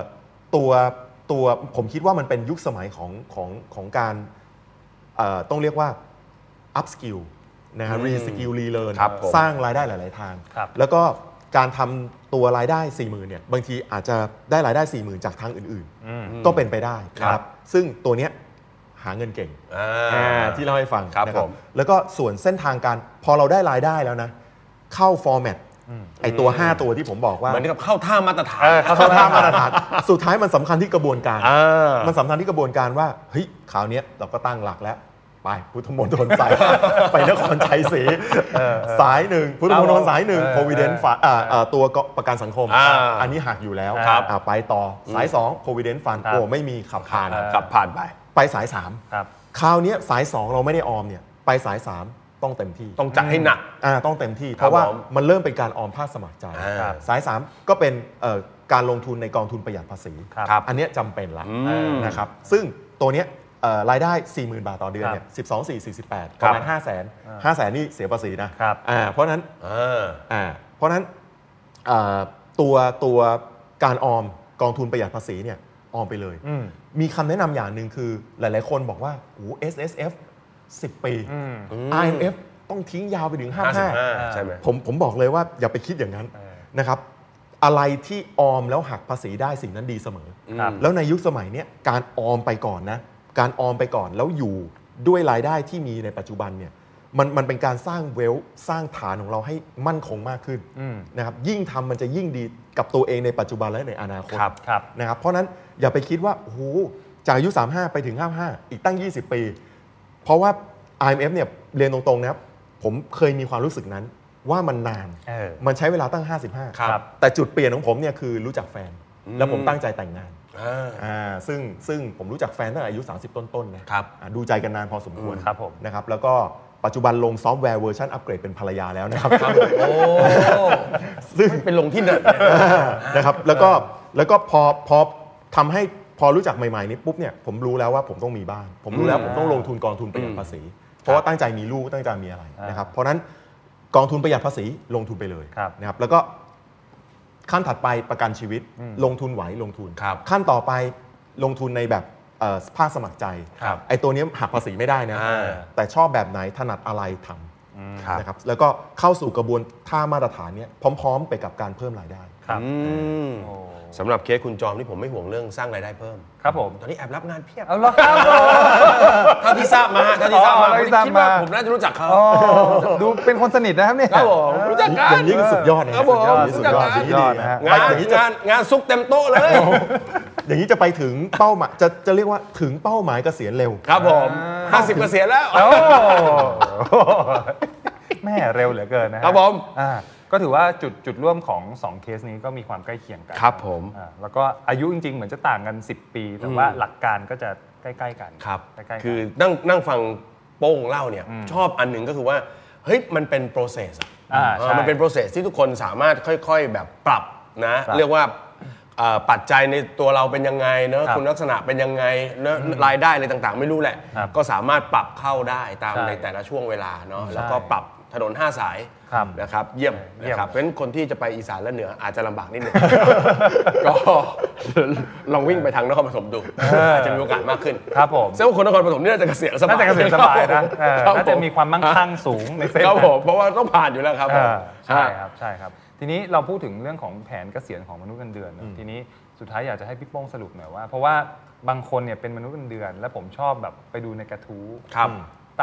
Speaker 5: ตัวตัวผมคิดว่ามันเป็นยุคสมัยของของของการเอ่อต้องเรียกว่า up skill นะฮะ
Speaker 4: อืม
Speaker 5: re skill re learn
Speaker 4: ครับผม
Speaker 5: สร้างรายได้หลาย ๆ ทาง
Speaker 3: ครับ
Speaker 5: แล้วก็การทำตัวรายได้ 4 0,000เนี่ยบางทีอาจจะได้รายได้ 4 0,000 จากทางอื่น
Speaker 3: อืม
Speaker 5: ๆ ก็เป็นไปได้นะ
Speaker 4: ค
Speaker 5: ค
Speaker 4: รั
Speaker 5: รับ
Speaker 4: บ
Speaker 5: ซึ่งตัวเนี้ยหาเงินเก่ง
Speaker 4: อ่า
Speaker 5: อ่าที่เล่าให้ฟัง
Speaker 4: ครับ
Speaker 5: นะ
Speaker 4: ผม
Speaker 5: แล้วก็ส่วนเส้นทางการพอเราได้รายได้แล้วนะ เข้าฟอร์แมตไอตัว 5 ตัวที่ผมบอกว่า
Speaker 4: เหมือนกับเข้าท่ามาตรฐาน
Speaker 3: เออเข้า
Speaker 5: เข้าท่ามาตรฐานสุดท้ายมันสำคัญที่กระบวนการ
Speaker 4: อ่า
Speaker 5: มันสำคัญที่กระบวนการว่าเฮ้ยคราวเนี้ยเราก็ตั้งหลักแล้ว ไปพุทธมณฑล
Speaker 4: <laughs>
Speaker 5: สาย ไปนครชัยศรีสายหนึ่งพุทธมณฑลสายหนึ่ง
Speaker 3: เออ
Speaker 5: โพวิเดน
Speaker 3: เออ
Speaker 5: ฝาอ่าอ่าตัวก็ประกันสังคม
Speaker 4: อ่า
Speaker 5: อันนี้หักอยู่แล้ว
Speaker 4: ครับ
Speaker 5: อ่าไปต่อสาย2โพวิเดนฟัน
Speaker 3: ครับ
Speaker 5: โอ้ไม่มีขับผ่าน
Speaker 3: เออ
Speaker 4: ขับผ่านไป
Speaker 5: ไปสาย
Speaker 3: ครับ
Speaker 5: 3 คราวเนี้ยสาย 2 เราไม่ได้ออมเนี่ยไปสาย 3 ต้องเต็มที่
Speaker 4: ต้องจัดให้หนัก
Speaker 5: อ่าต้องเต็มที่
Speaker 4: ค
Speaker 5: เพ
Speaker 4: รับ
Speaker 5: ราะว่า
Speaker 4: ผม
Speaker 5: มันเริ่มเป็นการออมภาคสมัครใจ
Speaker 4: อ่า
Speaker 5: สาย 3 ก็เป็นเอ่อการลงทุนในกองทุนประหยัดภาษี
Speaker 3: ครับ
Speaker 5: อันเนี้ยจำเป็นละ
Speaker 4: อืม
Speaker 5: นะครับซึ่งตัวเนี้ยเอ่อรายได้ 40,000 บาทต่อเดือนเนี่ย12 4 48 ประมาณ 5 0 0 0 0 0 5 0,000 นี่เสียภาษีนะครับ อ่าเพราะฉะนั้น
Speaker 4: อ่า
Speaker 5: อ่าเพราะฉะนั้นเอ่อตัวตัวการออมกองทุนประหยัดภาษีเนี่ยออมไปเลย
Speaker 3: อืม
Speaker 5: มีคำแนะนำอย่างหนึ่งคือหลายๆคนบอกว่าโอ้ S S F 10 ปี
Speaker 3: อืม
Speaker 5: I M F ต้องทิ้งยาวไปถึง
Speaker 4: 55 ใช่ไหม
Speaker 5: 55 ผมผมบอกเลยว่าอย่าไปคิดอย่างนั้น
Speaker 3: เออ
Speaker 5: นะครับอะไรที่ออมแล้วหักภาษีได้สิ่งนั้นดีเสมอ
Speaker 3: ครับ
Speaker 5: แล้วในยุคสมัยเนี้ยการออมไปก่อนนะ การออมไปก่อนแล้วอยู่ด้วยรายได้ที่มีในปัจจุบันเนี่ยมันมันเป็นการสร้างเวลสร้างฐานของเราให้มั่นคงมากขึ้น
Speaker 3: อืม
Speaker 5: นะครับยิ่งทำมันจะยิ่งดีกับตัวเองในปัจจุบันและในอนาคต
Speaker 3: ครับครับ
Speaker 5: นะครับเพราะฉะนั้นอย่าไปคิดว่าโอ้โหจากอายุ 35 ไปถึง 55 อีกตั้ง 20 ปี เพราะว่า IMF เนี่ยเรียนตรงๆนะครับผมเคยมีความรู้สึกนั้นว่ามันนาน
Speaker 3: เออ
Speaker 5: มันใช้เวลาตั้ง 55
Speaker 4: ครับ
Speaker 5: แต่จุดเปลี่ยนของผมเนี่ยคือรู้จักแฟน แล้วผมตั้งใจแต่งงาน
Speaker 4: อ่า
Speaker 5: อ่าซึ่งซึ่งผมรู้จักแฟนตั้งแต่อายุ 30 ต้นๆนะครับ อ่าดูใจกันนานพอสมควร
Speaker 3: อืมครับผม
Speaker 5: นะครับแล้วก็ปัจจุบันลงซอฟต์แวร์เวอร์ชันอัปเกรดเป็นภรรยาแล้วนะครับ
Speaker 4: โอ้
Speaker 5: ซึ่ง
Speaker 4: เป็นลงที่เนิน
Speaker 5: นะครับแล้วก็แล้วก็พอพอทำให้พอรู้จักใหม่ๆนี้ปุ๊บเนี่ยผมรู้แล้วว่าผมต้องมีบ้าน ผมรู้แล้วผมต้องลงทุนกองทุนประหยัดภาษี เพราะว่าตั้งใจมีลูกตั้งใจมีอะไรนะครับเพราะฉะนั้นกองทุนประหยัดภาษีลงทุนไปเลย
Speaker 3: ครับ
Speaker 5: นะครับแล้วก็ ขั้นถัดไปประกันชีวิตลงทุนไหวลงทุน
Speaker 4: ครับ
Speaker 5: ขั้นต่อไปลงทุนในแบบเอ่อภาคสมัครใจ
Speaker 4: ครับ
Speaker 5: ไอ้ตัวเนี้ยหักภาษีไม่ได้นะ
Speaker 4: อ่า
Speaker 5: แต่ชอบแบบไหนถนัดอะไร
Speaker 4: ค
Speaker 5: ท
Speaker 4: รับ
Speaker 5: ำนะครับแล้วก็เข้าสู่กระบวนท่ามาตรฐานเนี้ยพร้อม ๆ ไปกับการเพิ่มรายได้
Speaker 3: ครับ
Speaker 4: อืมสำหรับเคสคุณจอมนี่ผมไม่ห่วงเรื่องสร้างรายได้เพิ่ม
Speaker 3: ครับผม
Speaker 4: ตอนนี้แอบรับงานเพียบ
Speaker 3: เอาละครับผม
Speaker 4: เท่าที่ทราบมาเท่าที่ทราบ
Speaker 3: อ๋
Speaker 4: มา
Speaker 3: อเท่าที่ทราบ
Speaker 4: คิดว่า
Speaker 3: มา
Speaker 4: ผมน่าจะรู้จักเขา
Speaker 3: อ๋อดูเป็นคนสนิทนะครับเนี่ย
Speaker 4: ครับผมรู้จักกัน
Speaker 5: อย่างนี้คือสุดยอดนะ
Speaker 4: ครั
Speaker 5: ฮะ
Speaker 4: บผม
Speaker 5: อย่างนี้สุดยอด
Speaker 4: สุด
Speaker 5: อย่างนี้
Speaker 4: ย
Speaker 5: ดี
Speaker 4: อด
Speaker 5: นะฮะ
Speaker 4: งาน
Speaker 5: อย่างนี้จะ
Speaker 4: งานงานซุกเต็มโต๊ะเลย
Speaker 5: อย่างนี้จะไปถึงเป้าหมายจะจะเรียกว่าถึงเป้าหมายเกษียณเร็ว
Speaker 4: ครับผม 50เกษียณแล้ว
Speaker 3: โอ้ แม่เร็วเหลือเกินนะฮะ
Speaker 4: ครับผม
Speaker 3: อ่าก็ถือว่าจุดจุดร่วมของ 2 เคสนี้ก็มีความใกล้เคียงกัน
Speaker 4: ครับผม
Speaker 3: อ่าแล้วก็อายุจริง ๆ เหมือนจะต่างกัน 10 ปี แต่ว่าหลักการก็จะใกล้ๆกัน
Speaker 4: ครับ
Speaker 3: ใกล้ๆกัน
Speaker 4: คือนั่งนั่งฟังโป้งเล่าเนี่ยชอบอันหนึ่งก็คือว่า เฮ้ย มันเป็น process อะ
Speaker 3: อ่า
Speaker 4: เออ
Speaker 3: ใช่
Speaker 4: มันเป็น process ที่ทุกคนสามารถค่อย ๆ แบบปรับนะ
Speaker 3: ครับ
Speaker 4: เรียกว่าเอ่อปัจจัยในตัวเราเป็นยังไงเนอะ
Speaker 3: ครับ
Speaker 4: คุณลักษณะเป็นยังไงเนอะรายได้อะไรต่างๆ ไม่รู้แหละ
Speaker 3: ครับ
Speaker 4: ก็สามารถปรับเข้าได้ตาม
Speaker 3: ใช่
Speaker 4: ในแต่ละช่วงเวลาเนาะ
Speaker 3: ใช่
Speaker 4: แล้วก็ปรับถนน 5 สาย
Speaker 3: ครับ
Speaker 4: นะครับ เยี่ยม
Speaker 3: เยี่ยม
Speaker 4: นะครับเพราะฉะนั้นคนที่จะไปอีสานและเหนืออาจจะลำบากนิด
Speaker 3: <laughs>
Speaker 4: หนึง ก็ลองวิ่งไปทางนครปฐมดูอาจจะมีโอกาสมากขึ้น
Speaker 3: ครับผม
Speaker 4: เซลล์คนนครปฐมนี่น่าจะเกษียณสบาย
Speaker 3: น่าจะเกษียณสบายนะเออ
Speaker 4: ครับผ
Speaker 3: น่าจะมีความมั่งคั่งสูงในเส้น
Speaker 4: ครับ
Speaker 3: นั้น
Speaker 4: ผมเพราะว่าต้องผ่านอยู่แล้วครับผม
Speaker 3: เออใช่ค
Speaker 4: อ่า
Speaker 3: รับใช่ครับ ทีนี้เราพูดถึงเรื่องของแผนเกษียณของมนุษย์เงินเดือนเนอะทีนี้สุดท้ายอยากจะให้พี่โป้งสรุปหน่อยว่า เพราะว่าบางคนเนี่ยเป็นมนุษย์เงินเดือน และผมชอบแบบไปดูในกระทู้
Speaker 4: ครับ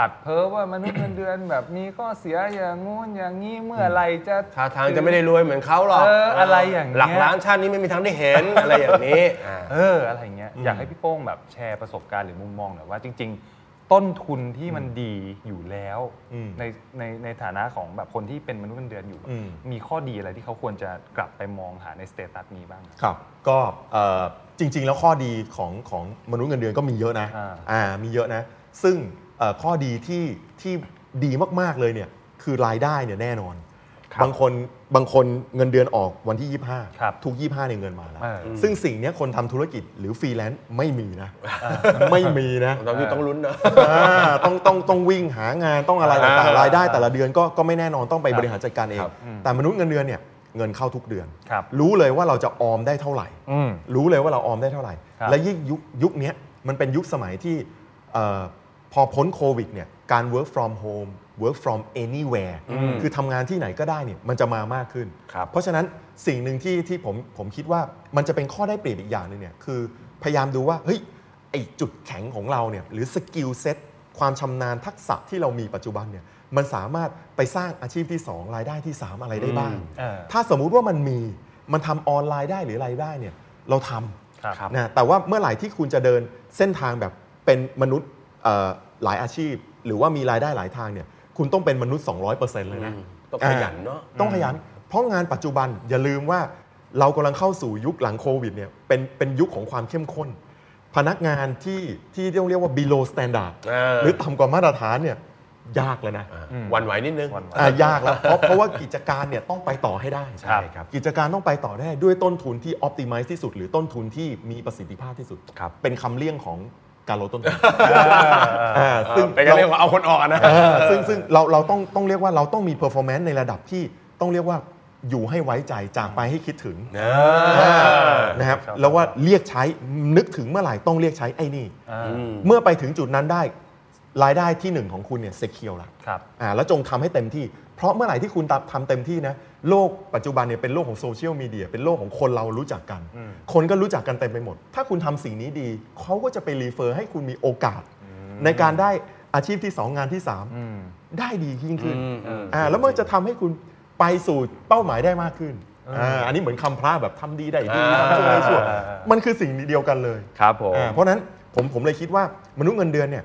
Speaker 3: ตัดเพ้อว่ามนุษย์เงินเดือนแบบมีข้อเสียอย่างงู้นอย่างงี้เมื่อไหรจะ
Speaker 4: ท่าทางจะไม่ได้รวยเหมือนเขาหรอก
Speaker 3: เอออะไรอย่างเงี้ย
Speaker 4: หลักล้านชาตินี้ไม่มีทางได้เห็น อะไรอย่างนี้อ่า
Speaker 3: เอออะไรอย่างเงี้ยอยากให้พี่โป้งแบบแชร์ประสบการณ์หรือมุมมองหน่อยว่าจริง ๆ ต้นทุนที่มันดีอยู่แล้ว
Speaker 5: อืม
Speaker 3: ในในในฐานะของแบบคนที่เป็นมนุษย์เงินเดือนอยู่
Speaker 5: อืม
Speaker 3: มีข้อดีอะไรที่เขาควรจะกลับไปมองหาในสเตตัสนี้บ้างครับ
Speaker 5: ครับก็เอ่อจริง ๆ แล้วข้อดีของของมนุษย์เงินเดือนก็มีเยอะนะ
Speaker 3: อ่า
Speaker 5: อ่ามีเยอะนะ ซึ่งเอ่อข้อดีที่ที่ดีมากๆเลยเนี่ยคือรายได้เนี่ยแน่นอน
Speaker 3: ครับ
Speaker 5: บางคนบางคนเงินเดือนออกวันที่
Speaker 3: ครับ
Speaker 5: 25 ทุก 25ในยเงินมาแล้ว
Speaker 3: เออ
Speaker 5: ซึ่งสิ่งเนี้ยคนทำธุรกิจหรือฟรีแลนซ์ไม่มีนะ ไม่มีนะ
Speaker 4: ตอนนี้ต้องลุ้นเนอะ
Speaker 5: อ่า <laughs> ต้องต้องต้องวิ่งหางานต้องอะไรต่างๆรายได้แต่ละเดือนก็ก็ไม่แน่นอนต้องไปบริหารจัดการเอง
Speaker 4: ครับ
Speaker 5: แต่มนุษย์เงินเดือนเนี่ยเงินเข้าทุกเดือน
Speaker 3: ครับ
Speaker 5: รู้เลยว่าเราจะออมได้เท่าไหร่
Speaker 3: อืม
Speaker 5: รู้เลยว่าเราออมได้เท่าไหร่
Speaker 3: ครับ
Speaker 5: และยิ่งยุคยุคเนี้ยมันเป็นยุคสมัยที่เอ่อพอพ้นโควิดเนี่ยการ work from home work from anywhere คือทำงานที่ไหนก็ได้เนี่ยมันจะมามากขึ้น
Speaker 4: ครับ
Speaker 5: เพราะฉะนั้นสิ่งหนึ่งที่ที่ผมผมคิดว่ามันจะเป็นข้อได้เปรียบอีกอย่างหนึ่งเนี่ยคือพยายามดูว่าเฮ้ยไอจุดแข็งของเราเนี่ยหรือสกิลเซ็ตความชำนาญทักษะที่เรามีปัจจุบันเนี่ยมันสามารถไปสร้างอาชีพที่สองรายได้ที่สามอะไรได้บ้าง
Speaker 4: อืม
Speaker 3: เออ
Speaker 5: ถ้าสมมุติว่ามันมีมันทำออนไลน์ได้หรืออะไรได้เนี่ยเราทำ
Speaker 3: ครับ
Speaker 5: นะแต่ว่าเมื่อไหร่ที่คุณจะเดินเส้นทางแบบเป็นมนุษย์เอ่อหลายอาชีพ หรือว่ามีรายได้หลายทางเนี่ยคุณต้องเป็นมนุษย์ 200%เลยนะ
Speaker 4: อืมต้องขยันเนอะ
Speaker 5: อ่ต้องขยัน เพราะงานปัจจุบันอย่าลืมว่าเรากำลังเข้าสู่ยุคหลังโควิดเนี่ยเป็นเป็นยุคของความเข้มข้น พนักงานที่ที่ต้องเรียกว่า below standard
Speaker 4: เออ
Speaker 5: หรือต่ำกว่ามาตรฐานเนี่ยยากแล้วนะ
Speaker 4: หวันไหวนิดนึง
Speaker 3: หวั่นไหว
Speaker 5: อ่ะยากแล้วเพราะเพราะว่ากิจการเนี่ยต้องไปต่อให้ได้
Speaker 3: ใช่ครับ
Speaker 5: กิจการต้องไปต่อได้ด้วยต้นทุนที่ออ t ติมิ e ที่สุด หรือต้นทุนที่มีประสิทธิภาพที่สุด
Speaker 4: ครับ
Speaker 5: เป็นคำเลี่ยงของการลดต้นทุน
Speaker 3: เออ
Speaker 5: อ่า
Speaker 4: ซึ่
Speaker 5: ซึ่
Speaker 4: ง
Speaker 5: ง
Speaker 4: ไปกันเรียกว่าเอาคนออกนะ
Speaker 5: เออซึ่งซึ่งเราเราต้องต้องเรียกว่าเราต้องมี performance ในระดับที่ต้องเรียกว่าอยู่ให้ไว้ใจจากไปให้คิดถึงนะครับ
Speaker 3: ครับ
Speaker 5: แล้วว่าเรียกใช้นึกถึงเมื่อไหร่ต้องเรียกใช้ไอ้นี่
Speaker 3: อ่า
Speaker 5: เมื่อไปถึงจุดนั้นได้รายได้ที่หนึ่งของคุณเนี่ยเซเคียวละ
Speaker 3: ครับ
Speaker 5: อ่าแล้วจงทำให้เต็มที่ เพราะเมื่อไหร่ที่คุณทำเต็มที่นะโลกปัจจุบันเนี่ยเป็นโลกของโซเชียลมีเดียเป็นโลกของคนเรารู้จักกัน คนก็รู้จักกันเต็มไปหมด ถ้าคุณทำสิ่งนี้ดีเขาก็จะไปรีเฟอร์ให้คุณมีโอกาส ในการได้อาชีพที่ 2 งานที่ 3 ได้ดียิ่งขึ้น
Speaker 4: อืมอืม
Speaker 5: อ่าแล้วมันจะทำให้คุณไปสู่เป้าหมายได้มากขึ้นอ่าอันนี้เหมือนคำพระแบบทำดีได้ดีทำชั่วได้ชั่วมันคือสิ่งเดียวกันเลย
Speaker 4: ครับผม
Speaker 5: อ่าเพราะฉะนั้นผมผมเลยคิดว่ามนุษย์เงินเดือนเนี่ย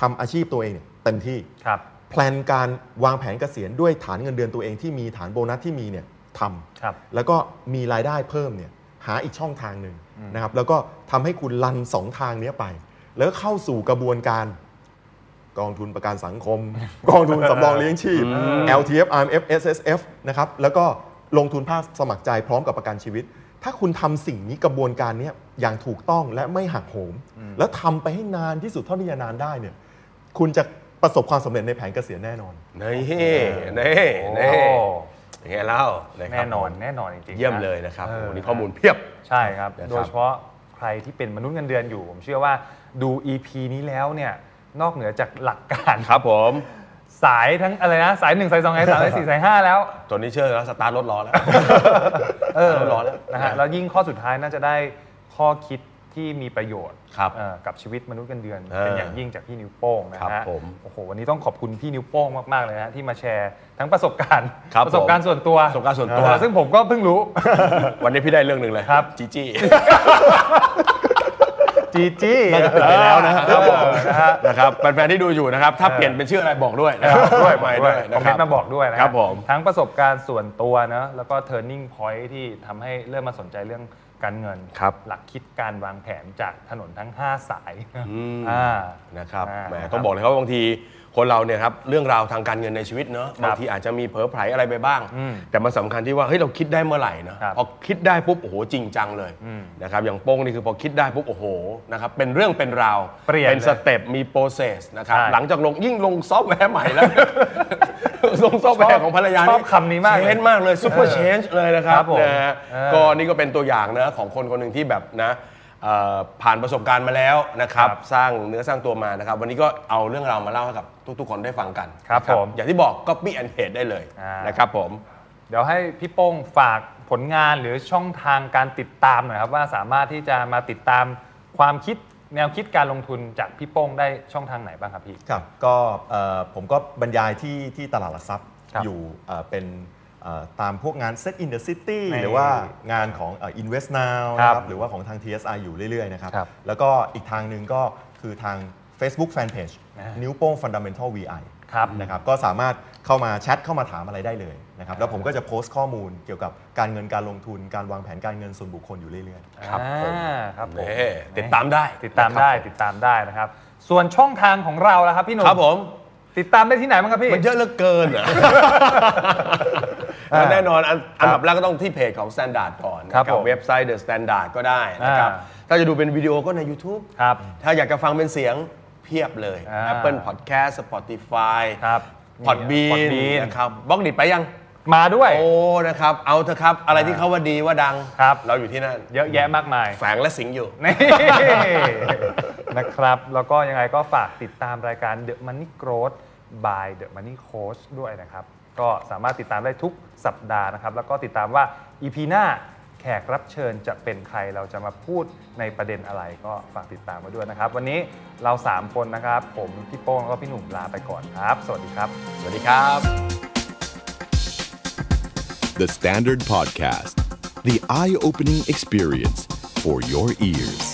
Speaker 5: ทำอาชีพตัวเองเนี่ยเต็มที่
Speaker 3: ครับ
Speaker 5: แพลนการวางแผนเกษียณด้วยฐานเงินเดือนตัวเองที่มีฐานโบนัสที่มีเนี่ยทำ
Speaker 3: ครับ
Speaker 5: แล้วก็มีรายได้เพิ่มเนี่ยหาอีกช่องทางหนึ่งนะครับแล้วก็ทำให้คุณลันสองทางเนี้ยไป แล้วก็เข้าสู่กระบวนการ กองทุนประกันสังค <laughs> ม กองทุนสำรองเลี้ยงชีพ LTF RMF SSF นะครับแล้วก็ลงทุนภาคสมัครใจพร้อมกับประกันชีวิต ถ้าคุณทำสิ่งนี้กระบวนการเนี้ยอย่างถูกต้องและไม่หักโหม แล้วทำไปให้นานที่สุดเท่าที่จะนานได้เนี่ยคุณจะประสบความสำเร็จในแผนเกษียณแน่นอน
Speaker 4: นี่นี่
Speaker 3: โอ้
Speaker 4: นี่ยังไงเล่าะครับ
Speaker 3: แน่นอนแน่นอนจริงๆ
Speaker 4: เยี่ยม
Speaker 3: นะ
Speaker 4: เลยนะครับ
Speaker 3: เออ
Speaker 4: โอ้โหนี่ข้อมูลเพียบ
Speaker 3: ใช่ครับ
Speaker 4: นะครับ
Speaker 3: โดยเฉพาะใครที่เป็นมนุษย์เงินเดือนอยู่ ผมเชื่อว่าดู EP นี้แล้วเนี่ยนอกเหนือจากหลักการ
Speaker 4: ครับผม
Speaker 3: สายทั้งอะไรนะ สายหนึ่งสายสอง
Speaker 4: <laughs>
Speaker 3: สายสามสายสี่สายห้าแล้ว
Speaker 4: ตัวนี้เชื่อแล้วสตาร์ทรถรอแล้ว
Speaker 3: เออ
Speaker 4: ร้อนแล้ว
Speaker 3: นะฮะแล้วยิ่งข้อสุดท้ายน่าจะได้ข้อคิดที่มีประโยชน์
Speaker 4: ครับ
Speaker 3: เอ่อกับชีวิตมนุษย์กันเดือน
Speaker 4: เออ
Speaker 3: เป็นอย่างยิ่งจากพี่นิ้วโป้งนะครับฮะ
Speaker 4: ผม
Speaker 3: โอ้โหวันนี้ต้องขอบคุณพี่นิ้วโป้งมาก ๆ เลยนะฮะที่มาแชร์ทั้งประสบการณ์
Speaker 4: <laughs> ครับ
Speaker 3: ประสบการณ์ส่วนตัว
Speaker 4: ประสบการณ์ส่วนตัว
Speaker 3: เออซึ่งผมก็เพิ่งรู้
Speaker 4: วันนี้พี่ได้เรื่องหนึ่งเลย
Speaker 3: ครับ
Speaker 4: จีจี้
Speaker 3: จีจี้
Speaker 5: น่าจะปิดไปแล้วนะ
Speaker 4: ครับผม
Speaker 3: นะฮะ
Speaker 4: นะครับแฟนๆที่ดูอยู่นะครับ ถ้าเปลี่ยนเป็นชื่ออะไรบอกด้วยนะครับ
Speaker 3: ด้วย
Speaker 4: ใหม่
Speaker 3: ด้
Speaker 4: ด้
Speaker 3: ว
Speaker 4: วย ย
Speaker 3: คอม
Speaker 4: นะ
Speaker 3: เม
Speaker 4: ครั
Speaker 3: น
Speaker 4: บ
Speaker 3: ต์มาบอกด้วยนะค
Speaker 4: ครั
Speaker 3: รับบ
Speaker 4: ผม
Speaker 3: ทั้งประสบการณ์ส่วนตัวเนอะแล้วก็ turning point ที่ทำให้เริ่มมาสนใจเรื่องการเงิน
Speaker 4: ครับ
Speaker 3: หลักคิดการวางแผนจากถนนทั้ง 5 สายอ่า
Speaker 4: อ่านะครับ
Speaker 3: อ่า
Speaker 4: แหมต้องบอกเลยครับว่าบางทีคนเราเนี่ยครับเรื่องราวทางการเงินในชีวิตเนอะบางทีอาจจะมีเผลอไผลอะไรไปบ้าง
Speaker 3: อืม
Speaker 4: แต่มันสำคัญที่ว่าเฮ้ยเราคิดได้เมื่อไหร่นะครับพอคิดได้ปุ๊บโอ้โหจริงจังเลย
Speaker 3: อืม
Speaker 4: นะครับอย่างโป้งนี่คือพอคิดได้ปุ๊บโอ้โหนะครับเป็นเรื่องเป็นราว
Speaker 3: เปลี่ยน
Speaker 4: นสเต็ปมีโปรเซสนะครับ
Speaker 3: ใช่
Speaker 4: หลังจากลงยิ่งลงซอฟต์แวร์ใหม่
Speaker 3: <laughs>
Speaker 4: แล้ว ลงซอฟต์แว
Speaker 3: ชอบ
Speaker 4: ร์ของภรรยา
Speaker 3: ชอบคำนี้ม <laughs> ากเลย
Speaker 4: เชนมากเลยซูเปอร์เชนเลยนะค
Speaker 3: ค
Speaker 4: รั
Speaker 3: รั
Speaker 4: บบ
Speaker 3: ผม
Speaker 4: นะฮะ
Speaker 3: เออ
Speaker 4: ก็ นี่ก็เป็นตัวอย่างนะของคนคนหนึ่งที่แบบนะเอ่อผ่านประสบการณ์มาแล้วนะครับ
Speaker 3: ครับ
Speaker 4: สร้างเนื้อสร้างตัวมานะครับ วันนี้ก็เอาเรื่องราวมาเล่าให้กับทุก ๆ คนได้ฟังกัน
Speaker 3: ครับ
Speaker 4: นะ
Speaker 3: ผม
Speaker 4: อย่างที่บอก Copy and Paste ได้เลย
Speaker 3: อ่าน
Speaker 4: นะครับผม
Speaker 3: เดี๋ยวให้พี่โป้งฝากผลงานหรือช่องทางการติดตามหน่อยครับว่าสามารถที่จะมาติดตามความคิดแนวคิดการลงทุนจากพี่โป้งได้ช่องทางไหนบ้างครับพี่
Speaker 5: ครับก็เอ่อผมก็บรรยายที่ที่ตลาดหลักทรัพย์
Speaker 3: ครับ
Speaker 5: อยู่เอ่อเป็นเอ่อตามพวกงาน Set in the City
Speaker 3: ใน
Speaker 5: หรือว่างานของเอ่อ Invest Now
Speaker 3: ค
Speaker 5: นะ
Speaker 3: รับ
Speaker 5: ครับหรือว่าของทาง TSI อยู่เรื่อย ๆ นะครับ
Speaker 3: ครับ
Speaker 5: แล้วก็อีกทางหนึ่งก็คือทาง Facebook Fanpage นิ้วโป้ง Fundamental VI
Speaker 3: ครับ
Speaker 5: นะครับก็สามารถเข้ามาแชทเข้ามาถามอะไรได้เลยนะครับแล้วผมก็จะโพสต์ข้อมูลเกี่ยวกับการเงินการลงทุนการวางแผนการเงินส่วนบุคคลอยู่เรื่อยๆ
Speaker 4: ครับผม
Speaker 3: อ่าครับผม
Speaker 4: นี่ติดตามได้
Speaker 3: ติดตามได้ติดตามได้นะครับ ส่วนช่องทางของเราล่ะครับพี่หนุ่ม
Speaker 4: ครับผม
Speaker 3: ติดตามได้ที่ไหนบ้างครับพี่
Speaker 4: มันเยอะเหลือเกินอะ แล้วแน่นอนอันอันดับแรกก็ต้องที่เพจของ Standard ก่อนนะครับ
Speaker 3: ผม
Speaker 4: เว็บไซต์ The Standard ก็ได้นะครับ
Speaker 3: อ่
Speaker 4: ถ้าจะดูเป็นวิดีโอก็ใน YouTube
Speaker 3: ครับ
Speaker 4: ถ้าอยากจะฟังเป็นเสียงเพียบเลย
Speaker 3: อ่า
Speaker 4: Apple Podcast Spotify
Speaker 3: ครับ
Speaker 4: พอดบีน
Speaker 3: Podbean
Speaker 4: นะครับบล็อกดิไปยัง
Speaker 3: มาด้วย
Speaker 4: โอ้นะครับ เอาเถอะครับ อะไรที่เขาว่าดีว่าดัง
Speaker 3: ครับ
Speaker 4: เราอยู่ที่นั่น
Speaker 3: เยอะแยะมากมาย
Speaker 4: แฝงและสิงอยู่
Speaker 3: นี่ <laughs> นะครับ แล้วก็ยังไงก็ฝากติดตามรายการ The Money Growth by The Money Coach ด้วยนะครับ ก็สามารถติดตามได้ทุกสัปดาห์นะครับ แล้วก็ติดตามว่า EP หน้าแขกรับเชิญจะเป็นใครเราจะมาพูดในประเด็นอะไรก็ฝากติดตามมาด้วยนะครับ วันนี้เราสามคนนะครับ ผมพี่โป้งแล้วก็พี่หนุ่มลาไปก่อนครับ สวัสดีครับ
Speaker 4: สวัสดีครับ
Speaker 1: The Standard Podcast, the eye opening experience for your ears.